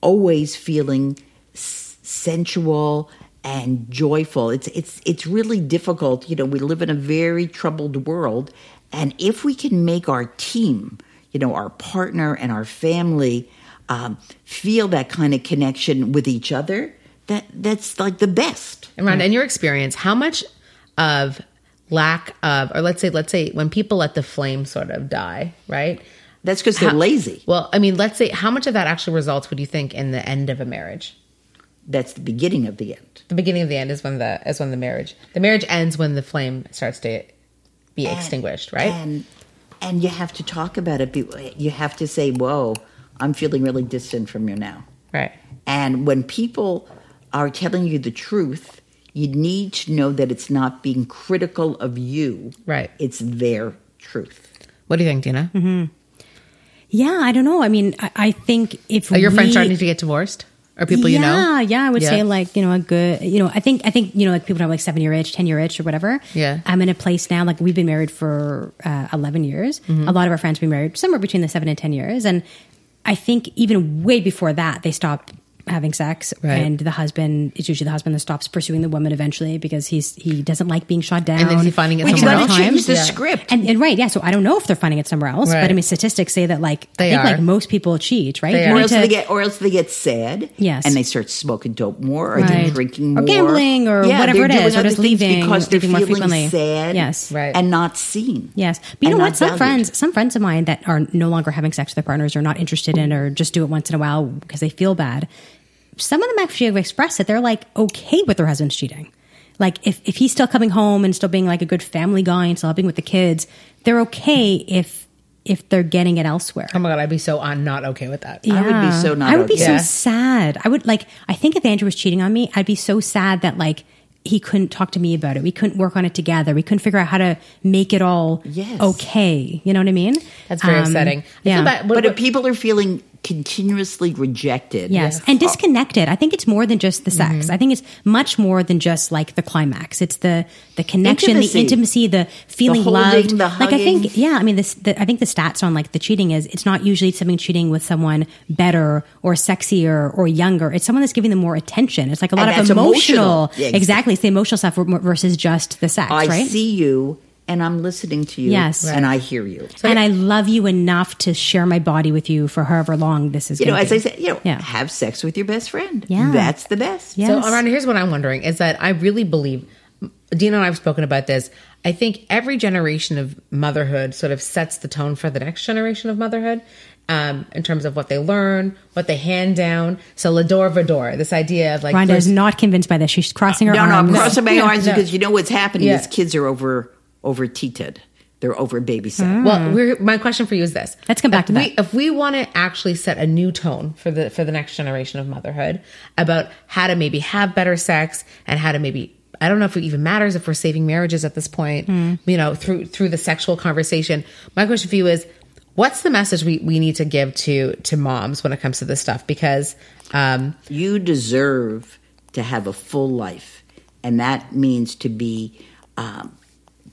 S1: always feeling s- sensual and joyful. It's it's it's really difficult. You know, we live in a very troubled world, and if we can make our team, you know, our partner and our family um, feel that kind of connection with each other, that that's like the best.
S2: Imran, in your experience, how much of lack of, or let's say, let's say when people let the flame sort of die, right?
S1: That's because they're
S2: How-
S1: lazy.
S2: Well, I mean, let's say, how much of that actually results, would you think, in the end of a marriage?
S1: That's the beginning of the end.
S2: The beginning of the end is when the is when the marriage the marriage ends when the flame starts to be extinguished, right?
S1: And and you have to talk about it. Be- You have to say, "Whoa, I'm feeling really distant from you now."
S2: right.
S1: And when people are telling you the truth, you need to know that it's not being critical of you.
S2: Right.
S1: It's their truth.
S2: What do you think, Dina?
S3: yeah, I don't know. I mean, I, I think if
S2: Are your
S3: we,
S2: friends starting to get divorced? Or people
S3: yeah,
S2: you know?
S3: Yeah, I would
S2: Yeah.
S3: say like, you know, a good, you know, I think, I think, you know, like people have like seven year itch, 10 year itch or whatever.
S2: Yeah.
S3: I'm in a place now, like we've been married for uh, 11 years.
S2: Mm-hmm.
S3: A lot of our friends have been married somewhere between the seven and 10 years. And I think even way before that, they stopped having sex,
S4: Right.
S3: and the husband it's usually the husband that stops pursuing the woman eventually because he's he doesn't like being shot down.
S2: And then he's finding it
S1: We
S2: somewhere
S1: got
S2: else.
S1: to change the
S2: Yeah.
S1: script.
S3: And, and right, yeah. So I don't know if they're finding it somewhere else,
S2: Right.
S3: but I mean, statistics say that like
S2: They
S3: I think
S2: are.
S3: like most people cheat, right? You
S2: They are.
S3: need
S1: Or else
S3: to-
S1: they get, or else they get sad,
S3: Yes.
S1: and they start smoking dope more, or
S3: Right.
S1: drinking
S3: Or
S1: more,
S3: gambling or
S1: Yeah,
S3: whatever
S1: they're
S3: it is,
S1: doing
S3: or
S1: other
S3: just
S1: things
S3: leaving-
S1: because they're
S3: leaving more
S1: feeling
S3: frequently.
S1: sad,
S3: Yes.
S2: Right.
S1: and not seen.
S3: Yes, but you
S1: and
S3: know
S1: not
S3: what? Some
S1: valued.
S3: friends, some friends of mine that are no longer having sex with their partners, or not interested in, or just do it once in a while because they feel bad. Some of them actually have expressed that they're like okay with their husband's cheating. Like if if he's still coming home and still being like a good family guy and still helping with the kids, they're okay if if they're getting it elsewhere.
S2: Oh my god, I'd be so on not okay with that.
S1: I would be so not
S3: I would be
S1: okay.
S3: so
S2: Yeah.
S3: sad. I would like. I think if Andrew was cheating on me, I'd be so sad that like he couldn't talk to me about it. We couldn't work on it together. We couldn't figure out how to make it all
S1: Yes.
S3: okay. You know what I mean? Um,
S2: That's very upsetting. I feel
S3: Yeah.
S2: bad- what-
S1: But if
S2: what-
S1: people are feeling continuously rejected,
S3: Yes. And disconnected. I think it's more than just the
S1: Mm-hmm.
S3: sex. I think it's much more than just like the climax. It's the the connection,
S1: Intimacy.
S3: the intimacy, the feeling
S1: holding,
S3: loved.
S1: the
S3: like I think
S1: hugging.
S3: yeah, I mean this the, I think the stats on like the cheating is it's not usually something cheating with someone better or sexier or younger. It's someone that's giving them more attention. It's like a lot
S1: And
S3: of
S1: that's
S3: emotional.
S1: emotional. Yeah, exactly.
S3: exactly. It's the emotional stuff versus just the sex,
S1: I
S3: right?
S1: see you and I'm listening to you,
S3: Yes.
S1: and I hear you.
S3: And I love you enough to share my body with you for however long this is.
S1: You know,
S3: gonna
S1: as
S3: be.
S1: I said, you know,
S3: Yeah.
S1: have sex with your best friend.
S3: Yeah.
S1: that's the best.
S3: Yeah. Yes.
S2: So, around here's what I'm wondering is that I really believe Dina and I have spoken about this. I think every generation of motherhood sort of sets the tone for the next generation of motherhood um, in terms of what they learn, what they hand down. So, Lador Vador, this idea of like
S3: Rhonda
S2: first-
S3: is not convinced by this. She's crossing her
S1: No, no,
S3: arms.
S1: I'm crossing my
S2: No,
S1: arms
S2: no.
S1: because you know what's happening
S2: Yeah.
S1: is kids are over over teated. They're over
S3: Mm.
S1: babysat.
S2: Well, we're, my question for you is this:
S3: Hmm. Let's come back
S2: if
S3: to
S2: we,
S3: that.
S2: If we want to actually set a new tone for the for the next generation of motherhood about how to maybe have better sex and how to maybe I don't know if it even matters if we're saving marriages at this point,
S3: Hmm.
S2: you know, through through the sexual conversation. My question for you is: What's the message we, we need to give to to moms when it comes to this stuff? Because um,
S1: You deserve to have a full life, and that means to be um,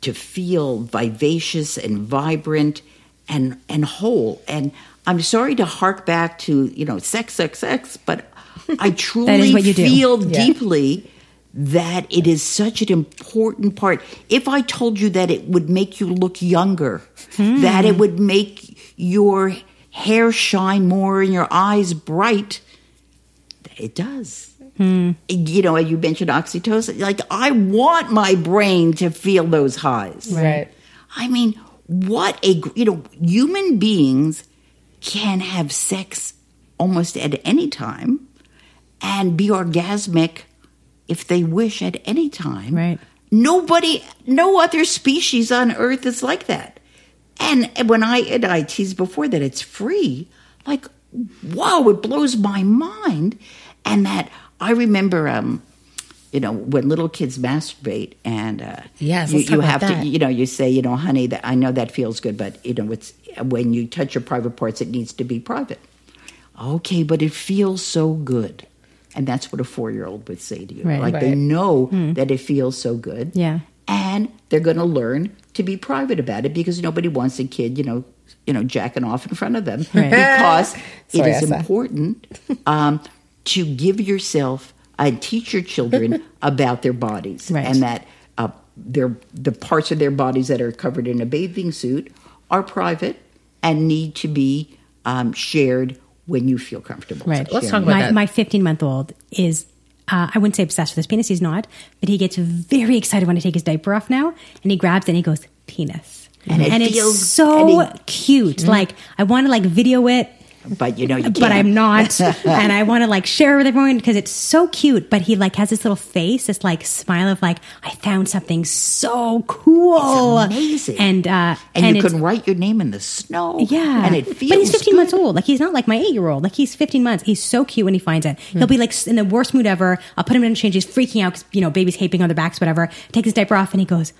S1: to feel vivacious and vibrant and and whole. And I'm sorry to hark back to you know sex, sex, sex, but I truly
S3: what you do.
S1: feel deeply that it is such an important part. If I told you that it would make you look younger, that
S3: Hmm.
S1: it would make your hair shine more and your eyes bright, it does. You know, you mentioned oxytocin. Like, I want my brain to feel those highs.
S2: right.
S1: I mean, what a, gr- you know, human beings can have sex almost at any time and be orgasmic if they wish at any time.
S3: Right.
S1: Nobody, no other species on earth is like that. And when I, and I teased before that it's free, like, wow, it blows my mind. And that I remember, um, you know, when little kids masturbate and uh,
S2: Yes,
S1: you,
S2: let's talk
S1: you
S2: about
S1: have
S2: that.
S1: to, you know, you say, you know, honey, that I know that feels good, but you know, it's when you touch your private parts, it needs to be private. Okay, but it feels so good, and that's what a four-year-old would say to you.
S3: Right. Hmm.
S1: like they
S2: Right.
S1: know that it feels so good.
S3: Yeah.
S1: and they're going to learn to be private about it because nobody wants a kid, you know, you know, jacking off in front of them because it
S2: Sorry,
S1: is
S2: Asa.
S1: important um, to give yourself and teach your children about their bodies
S3: Right.
S1: and that uh, their the parts of their bodies that are covered in a bathing suit are private and need to be um, shared when you feel comfortable.
S3: Right.
S2: Let's talk about
S3: my,
S2: that.
S3: My 15 month old is, uh, I wouldn't say obsessed with his penis. He's not, but he gets very excited when I take his diaper off now, and he grabs it and he goes penis,
S1: And it feels-
S3: it's so
S1: and Hmm?
S3: cute. Like I want to like video it.
S1: But you know, you
S3: But
S1: can't.
S3: I'm not, and I want to like share with everyone because it's so cute. But he like has this little face, this like smile of like I found something so cool,
S1: amazing.
S3: and uh,
S1: And, you
S3: it's-
S1: can write your name in the snow.
S3: yeah,
S1: and it feels.
S3: But he's 15
S1: good.
S3: months old. Like he's not like my eight year old. Like he's 15 months. He's so cute when he finds it.
S1: Hmm.
S3: He'll be like s- in the worst mood ever. I'll put him in a change. He's freaking out because you know baby's haping on their backs, whatever. Take his diaper off and he goes.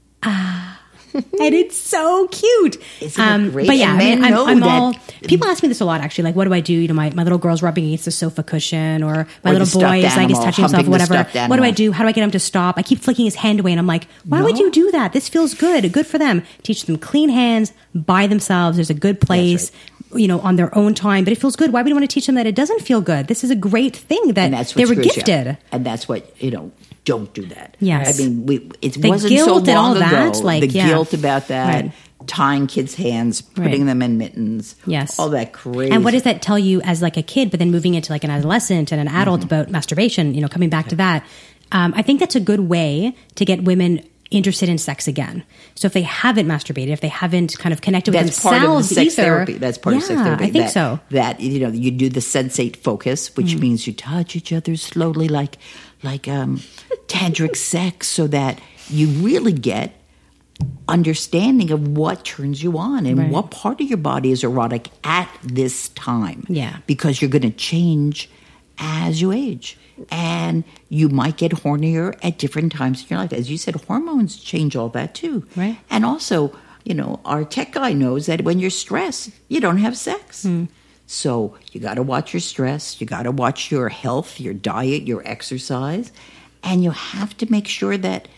S3: Ah, and it's so cute. Um,
S1: Isn't it great?
S3: But yeah,
S1: And
S3: I mean,
S1: men
S3: I'm,
S1: know
S3: I'm
S1: that-
S3: all. People ask me this a lot, actually. Like, what do I do? You know, my, my little girl's rubbing against the sofa cushion, or my
S1: Or the
S3: little
S1: stuffed
S3: boy is like he's
S1: animal,
S3: touching himself,
S1: humping the
S3: whatever.
S1: stuffed
S3: What do I
S1: animal.
S3: do? How do I get him to stop? I keep flicking his hand away, and I'm like, why would you do that? This feels good. Good for them. Teach them clean hands, by themselves. There's a good place. you know, on their own time, but it feels good. Why would you want to teach them that it doesn't feel good? This is a great thing that
S1: and that's what
S3: they were
S1: screws you up.
S3: gifted.
S1: and that's what you know. Don't do that.
S3: Yes.
S1: I mean, we, it wasn't so long
S3: guilt and all
S1: ago.
S3: that, like,
S1: the
S3: yeah.
S1: guilt about that,
S3: Right.
S1: tying kids' hands, putting
S3: Right.
S1: them in mittens,
S3: Yes.
S1: all that crazy.
S3: And what does that tell you as like a kid, but then moving into like an adolescent and an
S1: Mm-hmm.
S3: adult about masturbation, you know, coming back to that. Um, I think that's a good way to get women interested in sex again. So if they haven't masturbated, if they haven't kind of connected with
S1: that's part
S3: themselves
S1: of the sex
S3: either-
S1: therapy. That's part of sex
S3: Yeah,
S1: therapy.
S3: I think
S1: that,
S3: so. Mm.
S1: That you know, you do the sensate focus, which means you touch each other slowly, like like um, tantric sex, so that you really get understanding of what turns you on and
S3: Right.
S1: what part of your body is erotic at this time.
S3: Yeah.
S1: because you're going to change as you age. And you might get hornier at different times in your life. As you said, hormones change all that too.
S3: Right.
S1: And also, you know, our tech guy knows that when you're stressed, you don't have sex.
S3: Hmm.
S1: So you got to watch your stress, you got to watch your health, your diet, your exercise, and you have to make sure that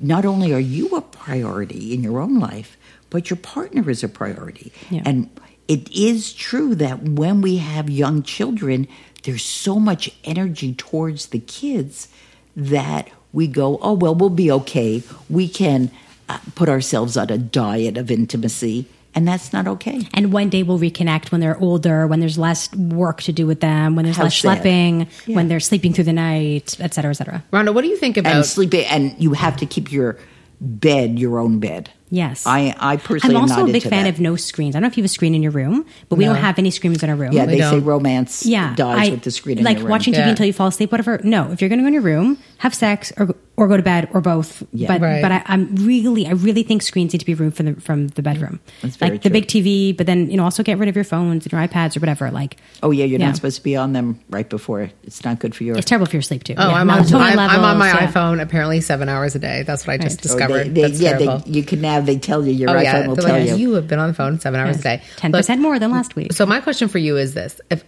S1: not only are you a priority in your own life, but your partner is a priority.
S3: Yeah.
S1: And it is true that when we have young children, there's so much energy towards the kids that we go, oh, well, we'll be okay. We can uh, put ourselves on a diet of intimacy, and that's not okay.
S3: And one day we'll reconnect when they're older, when there's less work to do with them, when there's
S1: How
S3: less
S1: sad.
S3: schlepping, when they're sleeping through the night, et cetera, et cetera.
S2: Rhonda, what do you think
S1: And
S2: about?
S1: sleeping, and you have to keep your bed your own bed.
S3: Yes.
S1: I, I personally
S3: I'm
S1: am
S3: also
S1: not
S3: a big
S1: into
S3: fan
S1: that.
S3: of no screens. I don't know if you have a screen in your room, but we don't have any screens in our room.
S1: Yeah, they say
S2: don't.
S1: romance
S3: yeah,
S1: dies
S3: I-
S1: with the screen. in
S3: Like
S1: your room.
S3: watching TV
S2: Yeah.
S3: until you fall asleep, whatever. No, if you're going to go in your room, have sex or or go to bed or both. But
S2: Right.
S3: but I, I'm really I really think screens need to be removed from the from the bedroom.
S1: That's
S3: like
S1: very
S3: the
S1: true.
S3: big TV, but then you know also get rid of your phones and your iPads or whatever. Like
S1: Oh yeah, you're
S3: Yeah.
S1: not supposed to be on them right before. It's not good for your.
S3: it's terrible for your sleep too.
S2: oh,
S3: Yeah,
S2: I'm, on,
S3: melatonin
S2: I'm, I'm on my
S3: levels, yeah.
S2: iPhone apparently seven hours a day. That's what I just
S1: Oh, they-
S2: discovered.
S1: they-
S2: That's
S1: yeah,
S2: terrible.
S1: They, you can now. They tell you your
S2: oh
S1: iPhone
S2: yeah,
S1: will
S2: They're
S1: tell
S2: like,
S1: you.
S2: you have been on the phone seven hours a day.
S3: ten
S2: Look,
S3: percent more than last week.
S2: So my question for you is this: If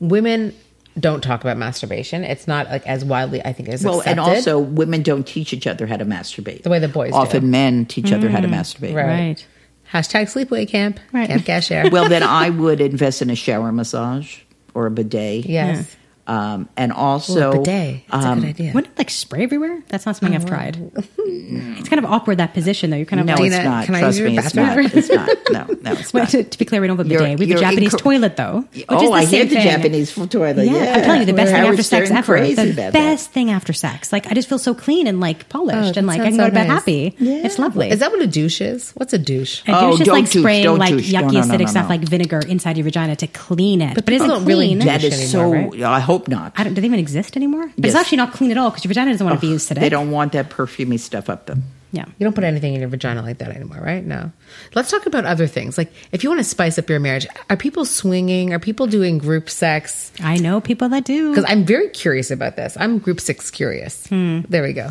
S2: women don't talk about masturbation, it's not like as widely I think as
S1: well,
S2: accepted.
S1: and also women don't teach each other how to masturbate
S2: The way the boys do. Mm,
S1: Often men teach other how to masturbate.
S2: Right.
S3: right.
S2: hashtag sleepaway camp,
S3: Right.
S2: camp cashier.
S1: Well, then I would invest in a shower massage or a bidet.
S2: yes,
S1: Um, and also
S2: bidet. That's a
S1: um,
S2: good idea.
S3: Wouldn't it like spray everywhere? That's not something I've tried. It's kind of awkward that position though. You're kind of
S1: Oh. No,
S3: like,
S1: it's
S2: Dina,
S1: not.
S2: can I
S1: Trust
S2: use your
S1: me, it's not.
S2: bathroom?
S1: It's not. No, no, it's
S3: Well,
S1: not.
S3: to, to be clear, we don't have a
S1: You're-
S3: bidet. We have
S1: you're
S3: a Japanese
S1: incor-
S3: toilet, though, which
S1: oh,
S3: is the
S1: I
S3: same
S1: hate the
S3: thing.
S1: Japanese f- toilet.
S3: Yeah,
S1: Yeah,
S3: I'm telling you, the best thing
S1: Howard
S3: after sex
S1: Stern
S3: ever.
S1: crazy
S3: The
S1: about that. Oh,
S3: best thing after sex. Like I just feel so clean and like polished,
S2: that
S3: and like I can
S2: sounds
S3: go
S2: so
S3: to bed
S2: nice.
S3: happy. It's lovely.
S2: is that what a douche is? What's a douche?
S3: I do
S1: Oh,
S3: just
S1: don't
S3: like
S1: douche,
S3: spraying
S1: don't
S3: like
S1: douche. No,
S3: yucky
S1: no, no,
S3: acidic
S1: no,
S3: stuff
S1: no.
S3: like vinegar inside your vagina to clean it. But, it
S2: people
S3: isn't
S2: don't really
S3: clean.
S2: do
S1: That is so.
S2: anymore, right?
S1: I hope not.
S3: I don't, do they even exist anymore? But
S1: Yes.
S3: it's actually not clean at all because your vagina doesn't want to be used today.
S1: They don't want that perfumey stuff up them.
S3: Yeah.
S2: You don't put anything in your vagina like that anymore, right? No. Let's talk about other things. Like if you want to spice up your marriage, are people swinging? Are people doing group sex?
S3: I know people that do.
S2: Because I'm very curious about this. I'm group six curious.
S1: Hmm.
S2: There we go.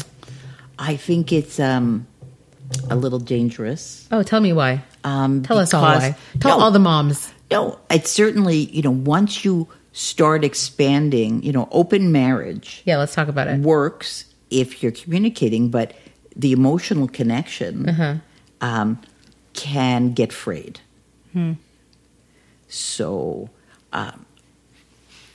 S1: I think it's um, a little dangerous.
S2: Oh, tell me why.
S1: Um,
S2: tell us all
S1: because-
S2: why. Tell
S1: No.
S2: all the moms.
S1: No, it's certainly you know once you start expanding, you know, open marriage
S2: Yeah, let's talk about it.
S1: works if you're communicating, but the emotional connection
S2: Uh-huh.
S1: um, can get frayed.
S2: Hmm.
S1: So, um,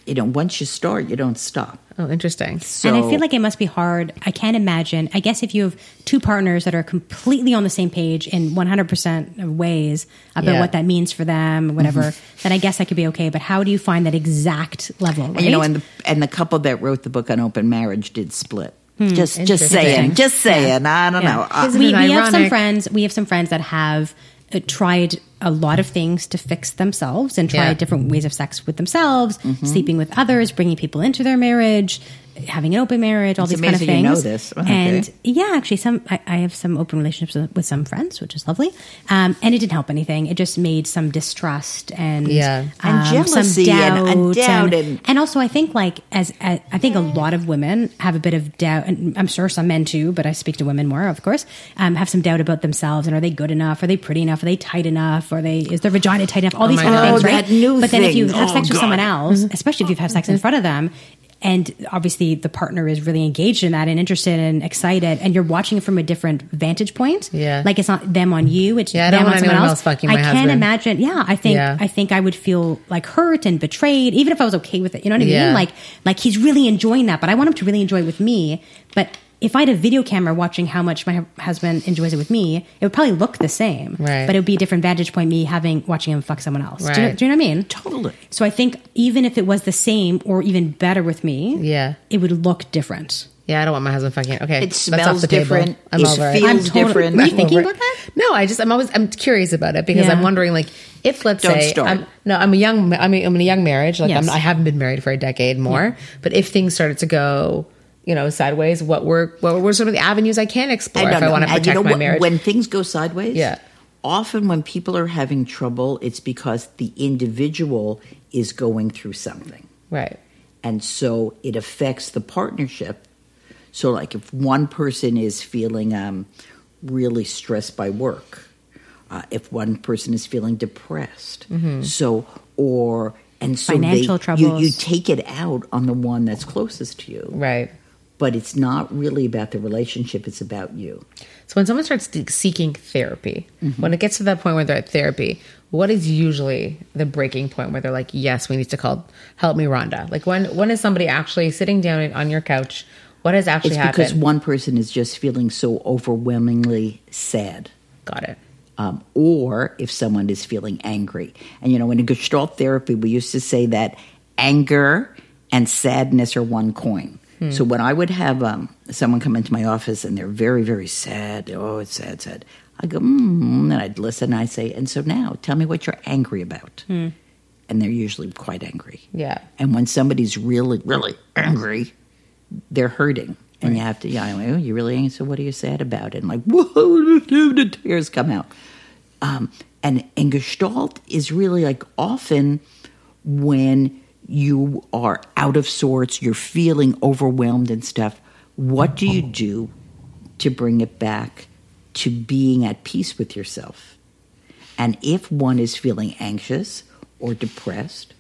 S1: you know, once you start, you don't stop.
S2: Oh, interesting.
S1: So,
S3: and I feel like it must be hard. I can't imagine. I guess if you have two partners that are completely on the same page in 100% of ways about
S2: Yeah.
S3: what that means for them, whatever, then I guess I could be okay. But how do you find that exact level? Right?
S1: And, you know, and the, and the couple that wrote the book on open marriage did split. Just, just
S2: Hmm, Interesting.
S1: saying, just saying. I don't know. I-
S2: Isn't
S3: we,
S2: it
S3: we have some
S2: ironic?
S3: friends. We have some friends that have uh, tried a lot of things to fix themselves and tried
S2: Yeah.
S3: different ways of sex with themselves,
S1: Mm-hmm.
S3: sleeping with others, bringing people into their marriage, having an open marriage, all
S1: It's
S3: these kind of
S1: amazing you know
S3: things.
S1: this. Okay.
S3: And yeah, actually, some I, I have some open relationships with, with some friends, which is lovely. Um, and it didn't help anything. It just made some distrust and um,
S2: Yeah.
S1: And jealousy and- and doubt and-
S3: and also I think like as, as I think a lot of women have a bit of doubt, and I'm sure some men too, but I speak to women more, of course, um, have some doubt about themselves and are they good enough? Are they pretty enough? Are they tight enough? Are they is their vagina tight enough? All these
S2: Oh my
S3: kind of
S2: God.
S3: things,
S1: Oh,
S3: right?
S1: that new
S3: but then if you
S1: thing.
S3: have
S1: Oh,
S3: sex with
S2: Mm-hmm.
S1: God.
S3: someone else, especially if you've had sex in front of them. and obviously the partner is really engaged in that and interested and excited and you're watching it from a different vantage point
S2: Yeah.
S3: like it's not them on you it's
S2: Yeah, I
S3: them
S2: don't want
S3: on someone
S2: anyone
S3: else,
S2: else fucking
S3: i
S2: my
S3: can't
S2: husband.
S3: imagine yeah i think
S2: Yeah.
S3: i think i would feel like hurt and betrayed even if i was okay with it you know what i
S2: Yeah.
S3: mean like like he's really enjoying that but i want him to really enjoy it with me but if i had a video camera watching how much my hu- husband enjoys it with me it would probably look the same
S2: Right.
S3: but it would be a different vantage point me having watching him fuck someone else do, you know,
S2: Right.
S3: do you know what i mean
S1: Totally.
S3: so I think even if it was the same or even better with me,
S2: Yeah.
S3: it would look different.
S2: Yeah, I don't want my husband fucking. Okay,
S1: It
S2: that's off
S1: smells
S2: the table.
S1: different.
S2: I'm
S1: it
S2: over it.
S1: feels
S3: I'm totally-
S1: different.
S3: Were you thinking
S2: over
S3: about
S2: it.
S3: that?
S2: No, I just I'm always I'm curious about it because
S3: Yeah.
S2: I'm wondering like if let's
S1: Don't
S2: say
S1: start.
S2: I'm, no, I'm a young I mean I'm in a young marriage like
S3: Yes.
S2: I'm, I haven't been married for a decade more, but if things started to go you know sideways, what were what were some of the avenues I can explore if I want to
S1: And
S2: protect
S1: you know
S2: my
S1: what?
S2: marriage?
S1: When things go sideways,
S2: Yeah.
S1: often when people are having trouble, it's because the individual is going through something.
S2: right.
S1: And so it affects the partnership. So, like, if one person is feeling um, really stressed by work, uh, if one person is feeling depressed, so, or, and so
S3: Financial
S1: they, you, you
S3: troubles.
S1: take it out on the one that's closest to you.
S2: Right.
S1: But it's not really about the relationship, it's about you.
S2: So when someone starts de- seeking therapy, when it gets to that point where they're at therapy, what is usually the breaking point where they're like, "Yes, we need to call help me, Rhonda." Like when when is somebody actually sitting down on your couch? What has actually
S1: It's
S2: happened?
S1: because one person is just feeling so overwhelmingly sad.
S2: Got it.
S1: um, or if someone is feeling angry. And you know, in Gestalt therapy, we used to say that anger and sadness are one coin. So when I would have um, someone come into my office and they're very, very sad, oh, it's sad, sad. I go, mm, and I'd listen and I say, and so now tell me what you're angry about. And they're usually quite angry.
S2: Yeah.
S1: And when somebody's really, really angry, they're hurting. And you have to, yeah, you know, you're really angry. So what are you sad about? And like, whoa, the tears come out. Um, and, and gestalt is really like often when you are out of sorts, you're feeling overwhelmed and stuff. What do you do to bring it back to being at peace with yourself? And if one is feeling anxious or depressed,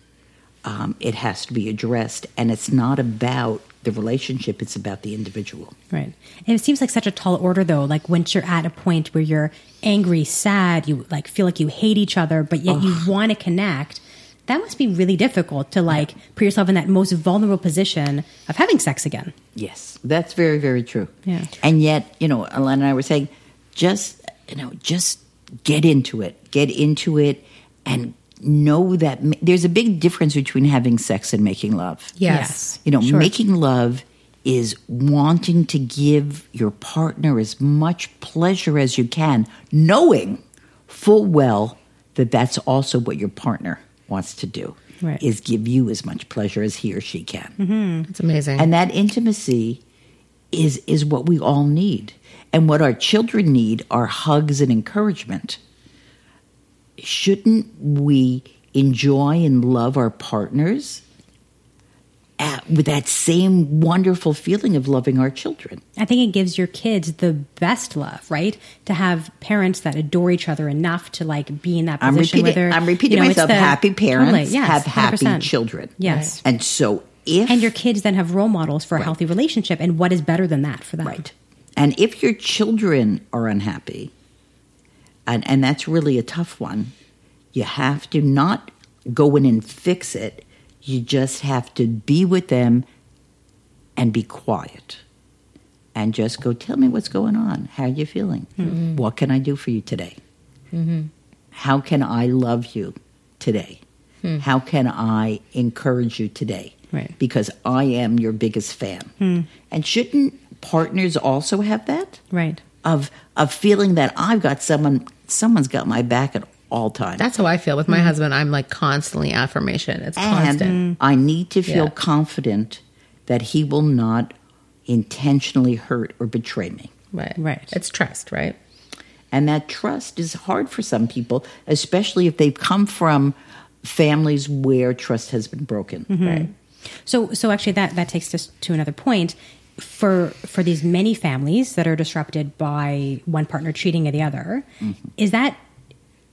S1: um, it has to be addressed. And it's not about the relationship, it's about the individual.
S3: Right. And it seems like such a tall order though. Like once you're at a point where you're angry, sad, you like feel like you hate each other, but yet you want to connect. That must be really difficult to like put yourself in that most vulnerable position of having sex again.
S1: Yes, that's very, very true.
S3: Yeah.
S1: And yet, you know, Alana and I were saying, just, you know, just get into it, get into it, and know that ma- there's a big difference between having sex and making love.
S2: Yes.
S1: You know, making love is wanting to give your partner as much pleasure as you can, knowing full well that that's also what your partner wants to do.
S3: Right.
S1: Is give you as much pleasure as he or she can.
S2: It's amazing.
S1: Mm-hmm. And that intimacy is is what we all need. And what our children need are hugs and encouragement. Shouldn't we enjoy and love our partners at, with that same wonderful feeling of loving our children?
S3: I think it gives your kids the best love, right? To have parents that adore each other enough to like be in that
S1: I'm
S3: position where
S1: repeating,
S3: they're
S1: I'm repeating
S3: you know, it's
S1: myself.
S3: the-
S1: happy parents
S3: Totally, yes,
S1: have happy
S3: 100%.
S1: children.
S3: Yes.
S1: And so if
S3: and your kids then have role models for a healthy relationship and what is better than that for them
S1: Right. And if your children are unhappy, and, and that's really a tough one, you have to not go in and fix it. You just have to be with them and be quiet. And just go, tell me what's going on. How are you feeling?
S3: Mm-hmm.
S1: What can I do for you today? How can I love you today?
S2: Hmm.
S1: How can I encourage you today?
S3: Right.
S1: Because I am your biggest fan.
S2: Hmm.
S1: And shouldn't partners also have that?
S3: right
S1: Of of feeling that I've got someone someone's got my back at all times.
S2: That's how I feel with my husband. I'm like constantly affirmation. It's
S1: and
S2: constant. Hmm.
S1: I need to feel
S2: Yeah.
S1: confident that he will not intentionally hurt or betray me.
S2: Right.
S3: Right.
S2: It's trust, right?
S1: And that trust is hard for some people, especially if they've come from families where trust has been broken.
S2: Hmm.
S1: Right.
S3: so so actually that that takes us to another point for for these many families that are disrupted by one partner cheating at the other is that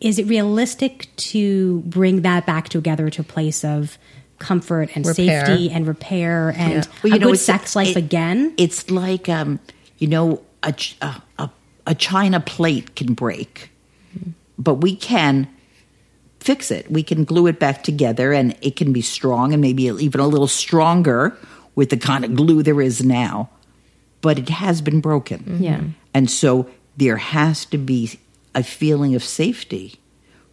S3: is it realistic to bring that back together to a place of comfort and
S2: Repair.
S3: safety and repair and
S1: Well, you
S3: a
S1: know,
S3: good
S1: it's-
S3: sex life
S1: it-
S3: again.
S1: It's like um, you know, a ch- a, a a china plate can break, but we can fix it. We can glue it back together, and it can be strong, and maybe even a little stronger with the kind of glue there is now. But it has been broken,
S3: Mm-hmm. Yeah.
S1: and so there has to be a feeling of safety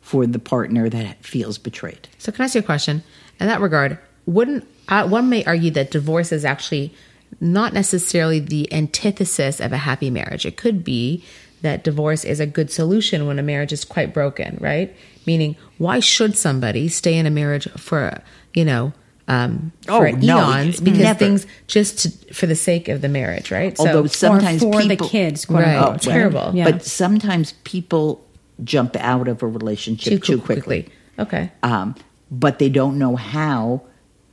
S1: for the partner that feels betrayed.
S2: So can I ask you a question? In that regard, wouldn't uh, one may argue that divorce is actually not necessarily the antithesis of a happy marriage. It could be that divorce is a good solution when a marriage is quite broken, right? Meaning, why should somebody stay in a marriage for you know um, for
S1: Oh, no,
S2: eons
S1: you-
S2: because
S1: never.
S2: things just to, for the sake of the marriage, right?
S1: Although
S2: so,
S1: sometimes
S3: or for
S1: people,
S3: the kids, quote
S2: Right.
S3: unquote.
S2: Oh, terrible.
S3: Yeah.
S1: But sometimes people jump out of a relationship too, quickly,
S2: Okay.
S1: Um, but they don't know how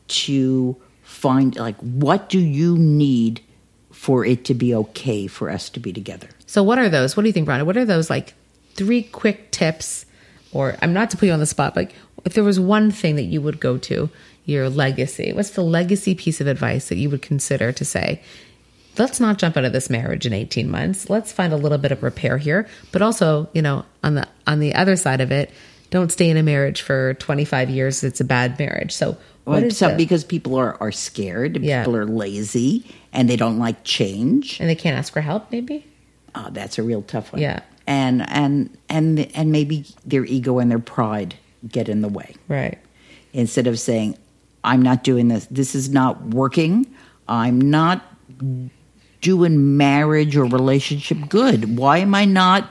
S1: to find like what do you need for it to be okay for us to be together.
S2: So what are those? What do you think, Rhonda? What are those like three quick tips? Or I'm not to put you on the spot, but if there was one thing that you would go to, your legacy. What's the legacy piece of advice that you would consider to say, let's not jump out of this marriage in 18 months. Let's find a little bit of repair here. But also, you know, on the on the other side of it, don't stay in a marriage for 25 years. It's a bad marriage. So what
S1: But
S2: is
S1: some,
S2: the-
S1: because people are, are scared, and
S2: Yeah.
S1: people are lazy, and they don't like change.
S2: and they can't ask for help, maybe?
S1: Oh, that's a real tough one.
S2: Yeah.
S1: and and and and maybe their ego and their pride get in the way.
S2: Right.
S1: instead of saying, I'm not doing this. This is not working. I'm not doing marriage or relationship good. Why am I not?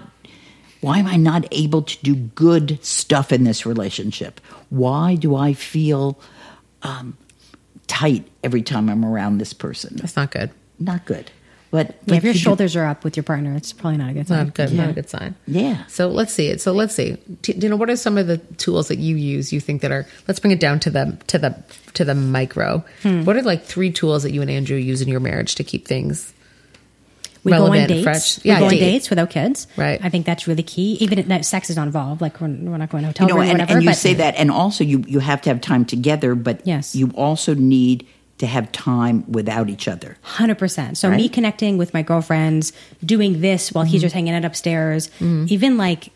S1: Why am I not able to do good stuff in this relationship? Why do I feel um, tight every time I'm around this person?
S2: That's not good.
S1: Not good. But
S3: Yeah, if your
S1: you do-
S3: shoulders are up with your partner, it's probably not a good sign.
S2: Not good. Not a good sign.
S1: Yeah.
S2: So let's see it. So let's see. T- you know, what are some of the tools that you use? You think that are? Let's bring it down to the to the to the micro.
S3: Hmm.
S2: What are like three tools that you and Andrew use in your marriage to keep things?
S3: We go on
S2: relevant,
S3: dates.
S2: fresh-
S3: We
S2: yeah,
S3: go on
S2: date.
S3: dates without kids.
S2: Right.
S3: I think that's really key. Even if that sex is not involved, like we're, we're not going to a hotel
S1: you know,
S3: room or
S1: and,
S3: whatever.
S1: and you
S3: but
S1: say that, and also you you have to have time together, but
S3: Yes.
S1: you also need to have time without each other.
S3: Hundred percent. So me connecting with my girlfriends, doing this while he's just hanging out upstairs. Even like,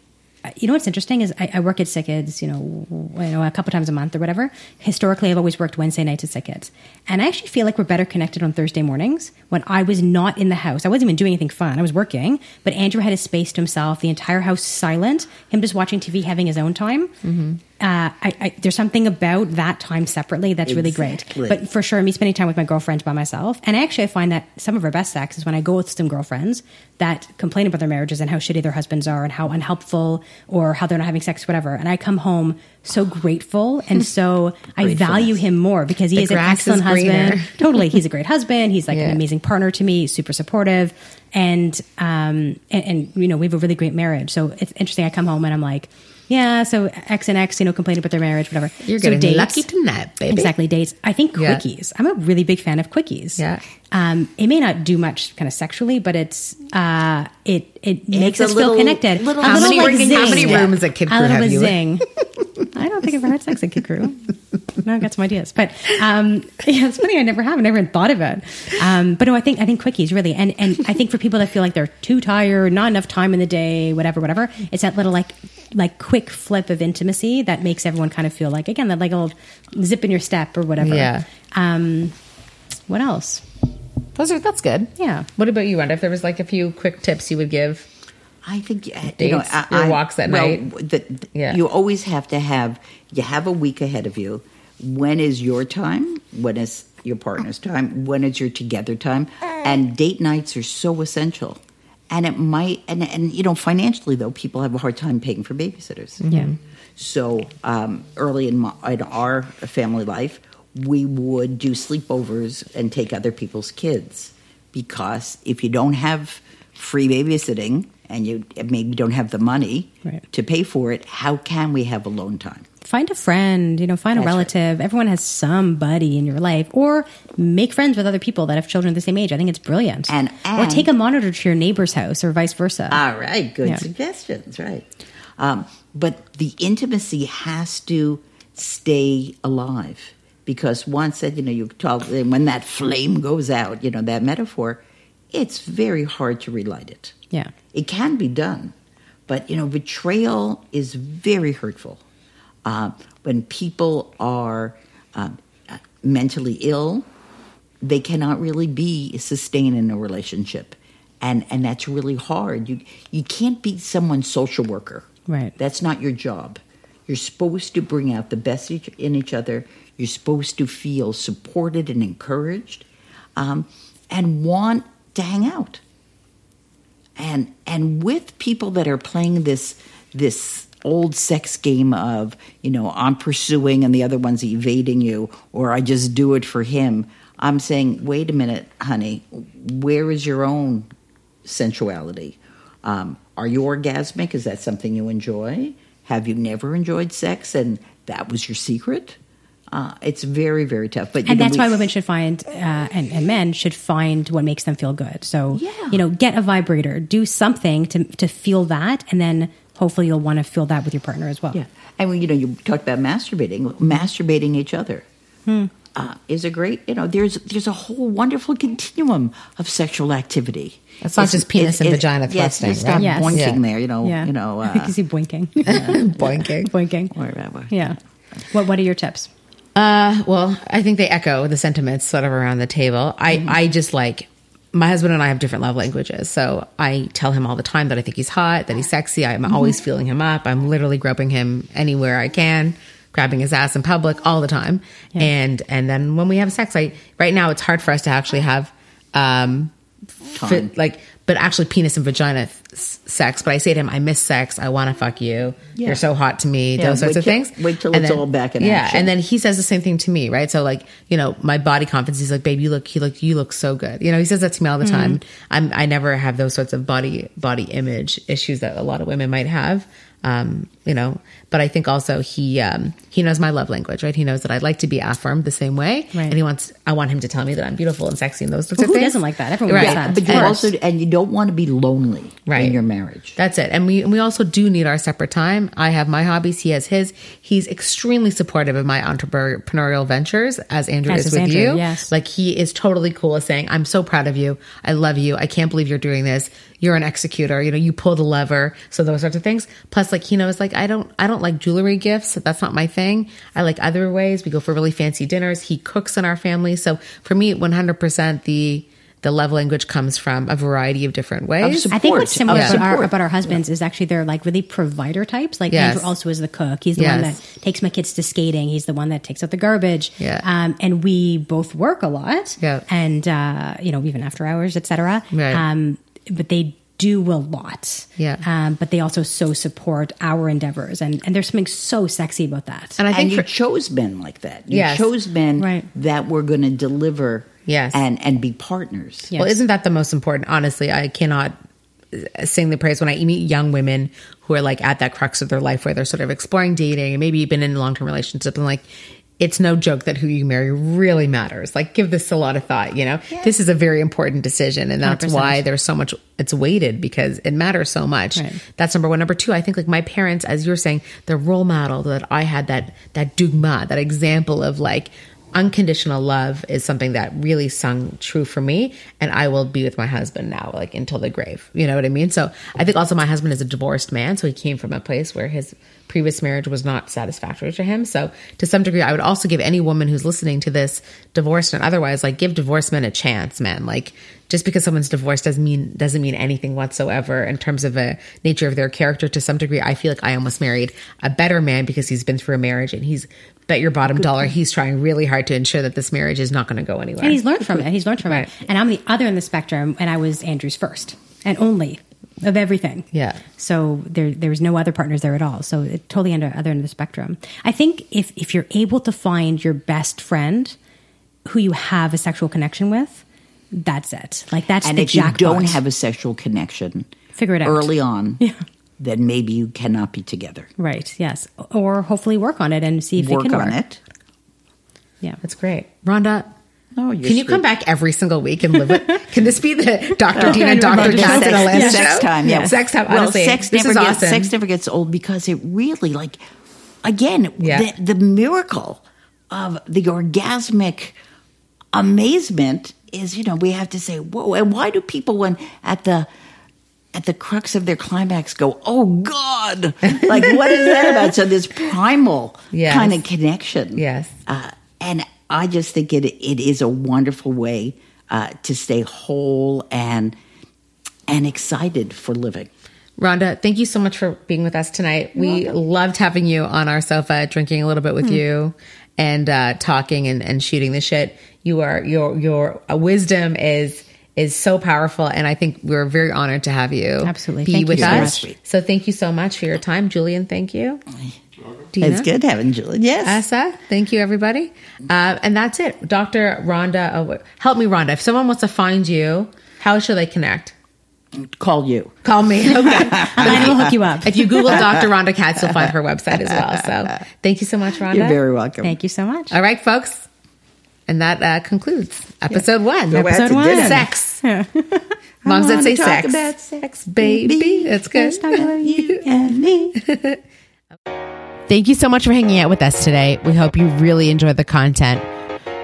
S3: you know what's interesting is I, I work at Sick Kids. You know, w- you know, a couple times a month or whatever. Historically, I've always worked Wednesday nights at Sick Kids, and I actually feel like we're better connected on Thursday mornings when I was not in the house. I wasn't even doing anything fun. I was working, but Andrew had his space to himself. The entire house silent. Him just watching TV, having his own time. Uh, I, I, there's something about that time separately that's really
S1: Exactly.
S3: great. But for sure me spending time with my girlfriends by myself and actually i find that some of our best sex is when i go with some girlfriends that complain about their marriages and how shitty their husbands are and how unhelpful or how they're not having sex whatever and i come home so grateful and so i value him more because he is an
S2: grass is
S3: excellent husband
S2: greener.
S3: totally he's a great husband he's like an
S2: Yeah.
S3: amazing partner to me super supportive and um and, and you know we have a really great marriage so it's interesting i come home and i'm like yeah, so X and X, you know, complain about their marriage, whatever.
S2: You're
S3: so
S2: getting
S3: dates-
S2: lucky tonight, baby.
S3: Exactly, dates. I think
S2: Yeah.
S3: quickies. I'm a really big fan of quickies.
S2: Yeah.
S3: Um, it may not do much kind of sexually, but it's uh, it it makes
S1: a
S3: us
S1: little-
S3: feel connected.
S1: little-
S3: A
S1: How many
S3: like
S2: rings- how
S3: zing.
S2: many rooms at Kid
S3: A
S2: Crew
S3: little
S2: have
S3: bit
S2: you in?
S3: zing. I don't think I've ever had sex at Kid Crew. No, I've got some ideas, but um, yeah, it's funny. I never have. I never even thought of it. Um, but no, I think I think quickies really, and and I think for people that feel like they're too tired, not enough time in the day, whatever, whatever, it's that little like like quick flip of intimacy that makes everyone kind of feel like again that like a little zip in your step or whatever.
S2: Yeah.
S3: Um, what else?
S2: Those are that's good.
S3: Yeah.
S2: What about you, Rhonda? If there was like a few quick tips you would give,
S1: I think uh, you
S2: Dates,
S1: know, I,
S2: your
S1: I-
S2: walks at
S1: well,
S2: night.
S1: w- The, the-
S2: Yeah.
S1: You always have to have you have a week ahead of you. When is your time? When is your partner's time? When is your together time? And date nights are so essential. And it might and and you know financially though people have a hard time paying for babysitters.
S3: Yeah.
S1: So um, early in, my, in our family life, we would do sleepovers and take other people's kids because if you don't have free babysitting and you maybe don't have the money
S3: Right.
S1: to pay for it, how can we have alone time?
S3: find a friend, you know, find a
S1: That's right.
S3: relative. Everyone has somebody in your life, or make friends with other people that have children the same age. I think it's brilliant.
S1: And-
S3: or
S1: and- Uh,
S3: take a monitor to your neighbor's house, or vice versa.
S1: All right, good
S3: Yeah.
S1: suggestions, right. Um, but the intimacy has to stay alive because one said, you know, you talk when that flame goes out, you know, that metaphor, it's very hard to relight it.
S3: Yeah.
S1: It can be done, but you know, betrayal is very hurtful. Uh, when people are um, uh, mentally ill, they cannot really be sustained in a relationship, and and that's really hard. You you can't be someone's social worker.
S3: Right.
S1: That's not your job. You're supposed to bring out the best each- in each other. You're supposed to feel supported and encouraged, um, and want to hang out and and with people that are playing this this old sex game of you know I'm pursuing and the other one's evading you or I just do it for him I'm saying wait a minute honey where is your own sensuality um, are you orgasmic is that something you enjoy have you never enjoyed sex and that was your secret uh, it's very very tough but you
S3: and
S1: know,
S3: that's
S1: we-
S3: why women should find uh, and, and men should find what makes them feel good so
S1: Yeah.
S3: you know get a vibrator do something to, to feel that and then hopefully you'll want to feel that with your partner as well
S1: Yeah, and when, you know, you talked about masturbating, masturbating each other
S3: Hmm.
S1: uh, is a great. You know, there's there's a whole wonderful continuum of sexual activity.
S2: It's not just penis and vagina
S1: yes,
S2: thrusting,
S1: Just stop
S2: right?
S3: Yes.
S1: boinking
S2: Yeah.
S1: there. You know, you know.
S3: i think
S1: Uh,
S3: you see blinking
S2: Boinking.
S3: blinking
S1: wherever.
S3: yeah what what are your tips
S2: Uh, well, I think they echo the sentiments sort of around the table. I, I just like my husband and I have different love languages. So I tell him all the time that I think he's hot, that he's sexy. I'm always feeling him up. I'm literally groping him anywhere I can, grabbing his ass in public all the time. And and then when we have sex, I right now it's hard for us to actually have um fit-
S1: Time.
S2: like but actually penis and vagina s- sex. But I say to him, I miss sex. I want to fuck you.
S1: Yeah.
S2: You're so hot to me.
S1: Yeah,
S2: Those sorts
S1: wait
S2: of
S1: till-
S2: things.
S1: wait till
S2: And
S1: it's all back in
S2: yeah,
S1: action.
S2: and then and he says the same thing to me, right? So like, you know, my body confidence. He's like, babe, you look, he look, you look so good. You know, he says that to me all the
S1: Mm-hmm.
S2: time. I'm, I never have those sorts of body body image issues that a lot of women might have. Um, you know, but I think also he um, he knows my love language, right? He knows that I'd like to be affirmed the same way,
S3: Right.
S2: and he wants I want him to tell me that I'm beautiful and sexy and those sorts of
S3: who
S2: things.
S3: doesn't like that? Everyone wants that.
S1: But you
S2: And-
S1: also, and you don't want to be lonely
S2: Right.
S1: in your marriage.
S2: That's it. And we and we also do need our separate time. I have my hobbies, he has his. He's extremely supportive of my entrepreneurial ventures as Andrew
S3: As
S2: is
S3: is
S2: with
S3: Andrew,
S2: you.
S3: yes.
S2: Like he is totally cool with saying, "I'm so proud of you. I love you. I can't believe you're doing this. You're an executor. You know, you pull the lever." So those sorts of things. Plus like he knows like I don't I don't like jewelry gifts. That's not my thing. I like other ways. We go for really fancy dinners. He cooks in our family. So for me, 100% the the love language comes from a variety of different ways.
S1: support.
S3: I think what's similar
S1: Yeah.
S3: about, our,
S1: Support.
S3: about our husbands is actually they're like really provider types. Like
S2: Yes.
S3: Andrew also is the cook. He's the one
S2: Yes.
S3: that takes my kids to skating. He's the one that takes out the garbage.
S2: Yeah.
S3: Um, and we both work a lot.
S2: Yeah.
S3: And uh, you know, even after hours, etc.
S2: Right.
S3: Um, but they do a lot.
S2: Yeah.
S3: Um, but they also so support our endeavors, and and there's something so sexy about that.
S2: And I think
S1: and you
S2: for-
S1: chose men like that. You
S2: Yes.
S1: chose men
S3: Right.
S1: that were going to deliver
S2: Yes.
S1: and, and be partners.
S3: Yeah.
S2: Well,
S3: Yes.
S2: isn't that the most important? Honestly, I cannot uh, sing the praise when I meet young women who are like at that crux of their life where they're sort of exploring dating and maybe been in a long term relationship and like, it's no joke that who you marry really matters. Like, give this a lot of thought, you know? This is a very important decision. And that's why there's so much, it's weighted because it matters so much. That's number one. Number two, I think like my parents, as you're saying, the role model that I had that, that dogma, that example of like, unconditional love is something that really sung true for me and i will be with my husband now like until the grave you know what i mean so i think also my husband is a divorced man so he came from a place where his previous marriage was not satisfactory to him so to some degree i would also give any woman who's listening to this divorced and otherwise like give divorced men a chance man like just because someone's divorced doesn't mean doesn't mean anything whatsoever in terms of a nature of their character to some degree i feel like i almost married a better man because he's been through a marriage and he's bet your bottom dollar he's trying really hard to ensure that this marriage is not going to go anywhere
S3: And he's learned from it. He's learned from it. And I'm the other in the spectrum, and I was Andrew's first and only of everything.
S2: Yeah.
S3: So there, there was no other partners there at all. So it totally under other end of the spectrum. I think if if you're able to find your best friend, who you have a sexual connection with, that's it. Like that's
S1: and
S3: the
S1: if
S3: jackpot.
S1: you don't have a sexual connection
S3: Figure it out.
S1: early on
S3: Yeah.
S1: then maybe you cannot be together
S3: right, yes, or hopefully work on it and see if
S1: work
S3: they can
S1: on
S3: work.
S1: it
S3: Yeah.
S2: that's great rhonda
S1: no
S2: can you come back every single week and live with? Can this be the
S1: Oh,
S2: Dr. Dina, Dr.
S3: Dr.
S1: sex,
S2: Dina,
S3: Johnson
S2: Dr.
S3: Yes.
S1: sex time yeah
S2: Sex time,
S1: well,
S2: honestly.
S1: sex
S2: this
S1: never
S2: is
S1: gets,
S2: awesome.
S1: sex never gets old because it really like again
S2: Yeah.
S1: the, the miracle of the orgasmic amazement is, you know, we have to say, whoa, and why do people when at the at the crux of their climax go, oh God. Like what is that about? So this primal
S2: Yes.
S1: kind of connection.
S2: Yes.
S1: Uh, and I just think it it is a wonderful way uh, to stay whole and and excited for living.
S2: Rhonda, thank you so much for being with us tonight. we loved having you on our sofa, drinking a little bit with
S3: Hmm.
S2: you, and uh, talking and, and shooting the shit. You are your your uh, wisdom is is so powerful, and I think we're very honored to have you.
S3: Absolutely.
S2: be
S3: Thank you
S2: with
S3: so
S2: us.
S1: much.
S2: So thank you so much for your time, Julian. Thank you. Dina?
S1: It's good having Julie. Yes.
S2: Asa, thank you, everybody. Uh, and that's it. Dr. Rhonda, oh, wait. help me, Rhonda. If someone wants to find you, how should they connect?
S1: Call you.
S2: Call me. Okay.
S3: I will hook you up.
S2: if you Google Dr. Rhonda Katz, you'll find her website as well. So thank you so much, Rhonda.
S1: You're very welcome.
S3: Thank you so much.
S2: All right, folks. And that uh, concludes episode one.
S1: Go back to
S3: Episode one.
S1: dinner.
S2: Sex. Moms that say
S1: talk
S2: sex.
S1: about
S2: sex, baby. That's good.
S3: Let's talk about you.
S1: And me.
S4: Thank you so much for hanging out with us today. We hope you really enjoyed the content.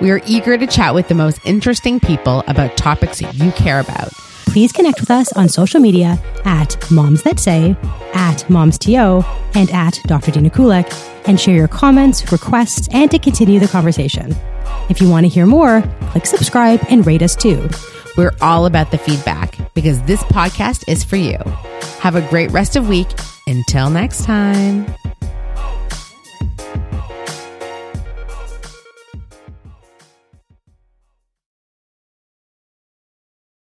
S4: We are eager to chat with the most interesting people about topics that you care about.
S3: Please connect with us on social media at Moms That Say, at MomsTO, and at Dr. Dina Kulak, and share your comments, requests, and to continue the conversation. If you want to hear more, click subscribe and rate us too.
S4: We're all about the feedback because this podcast is for you. Have a great rest of week. Until next time.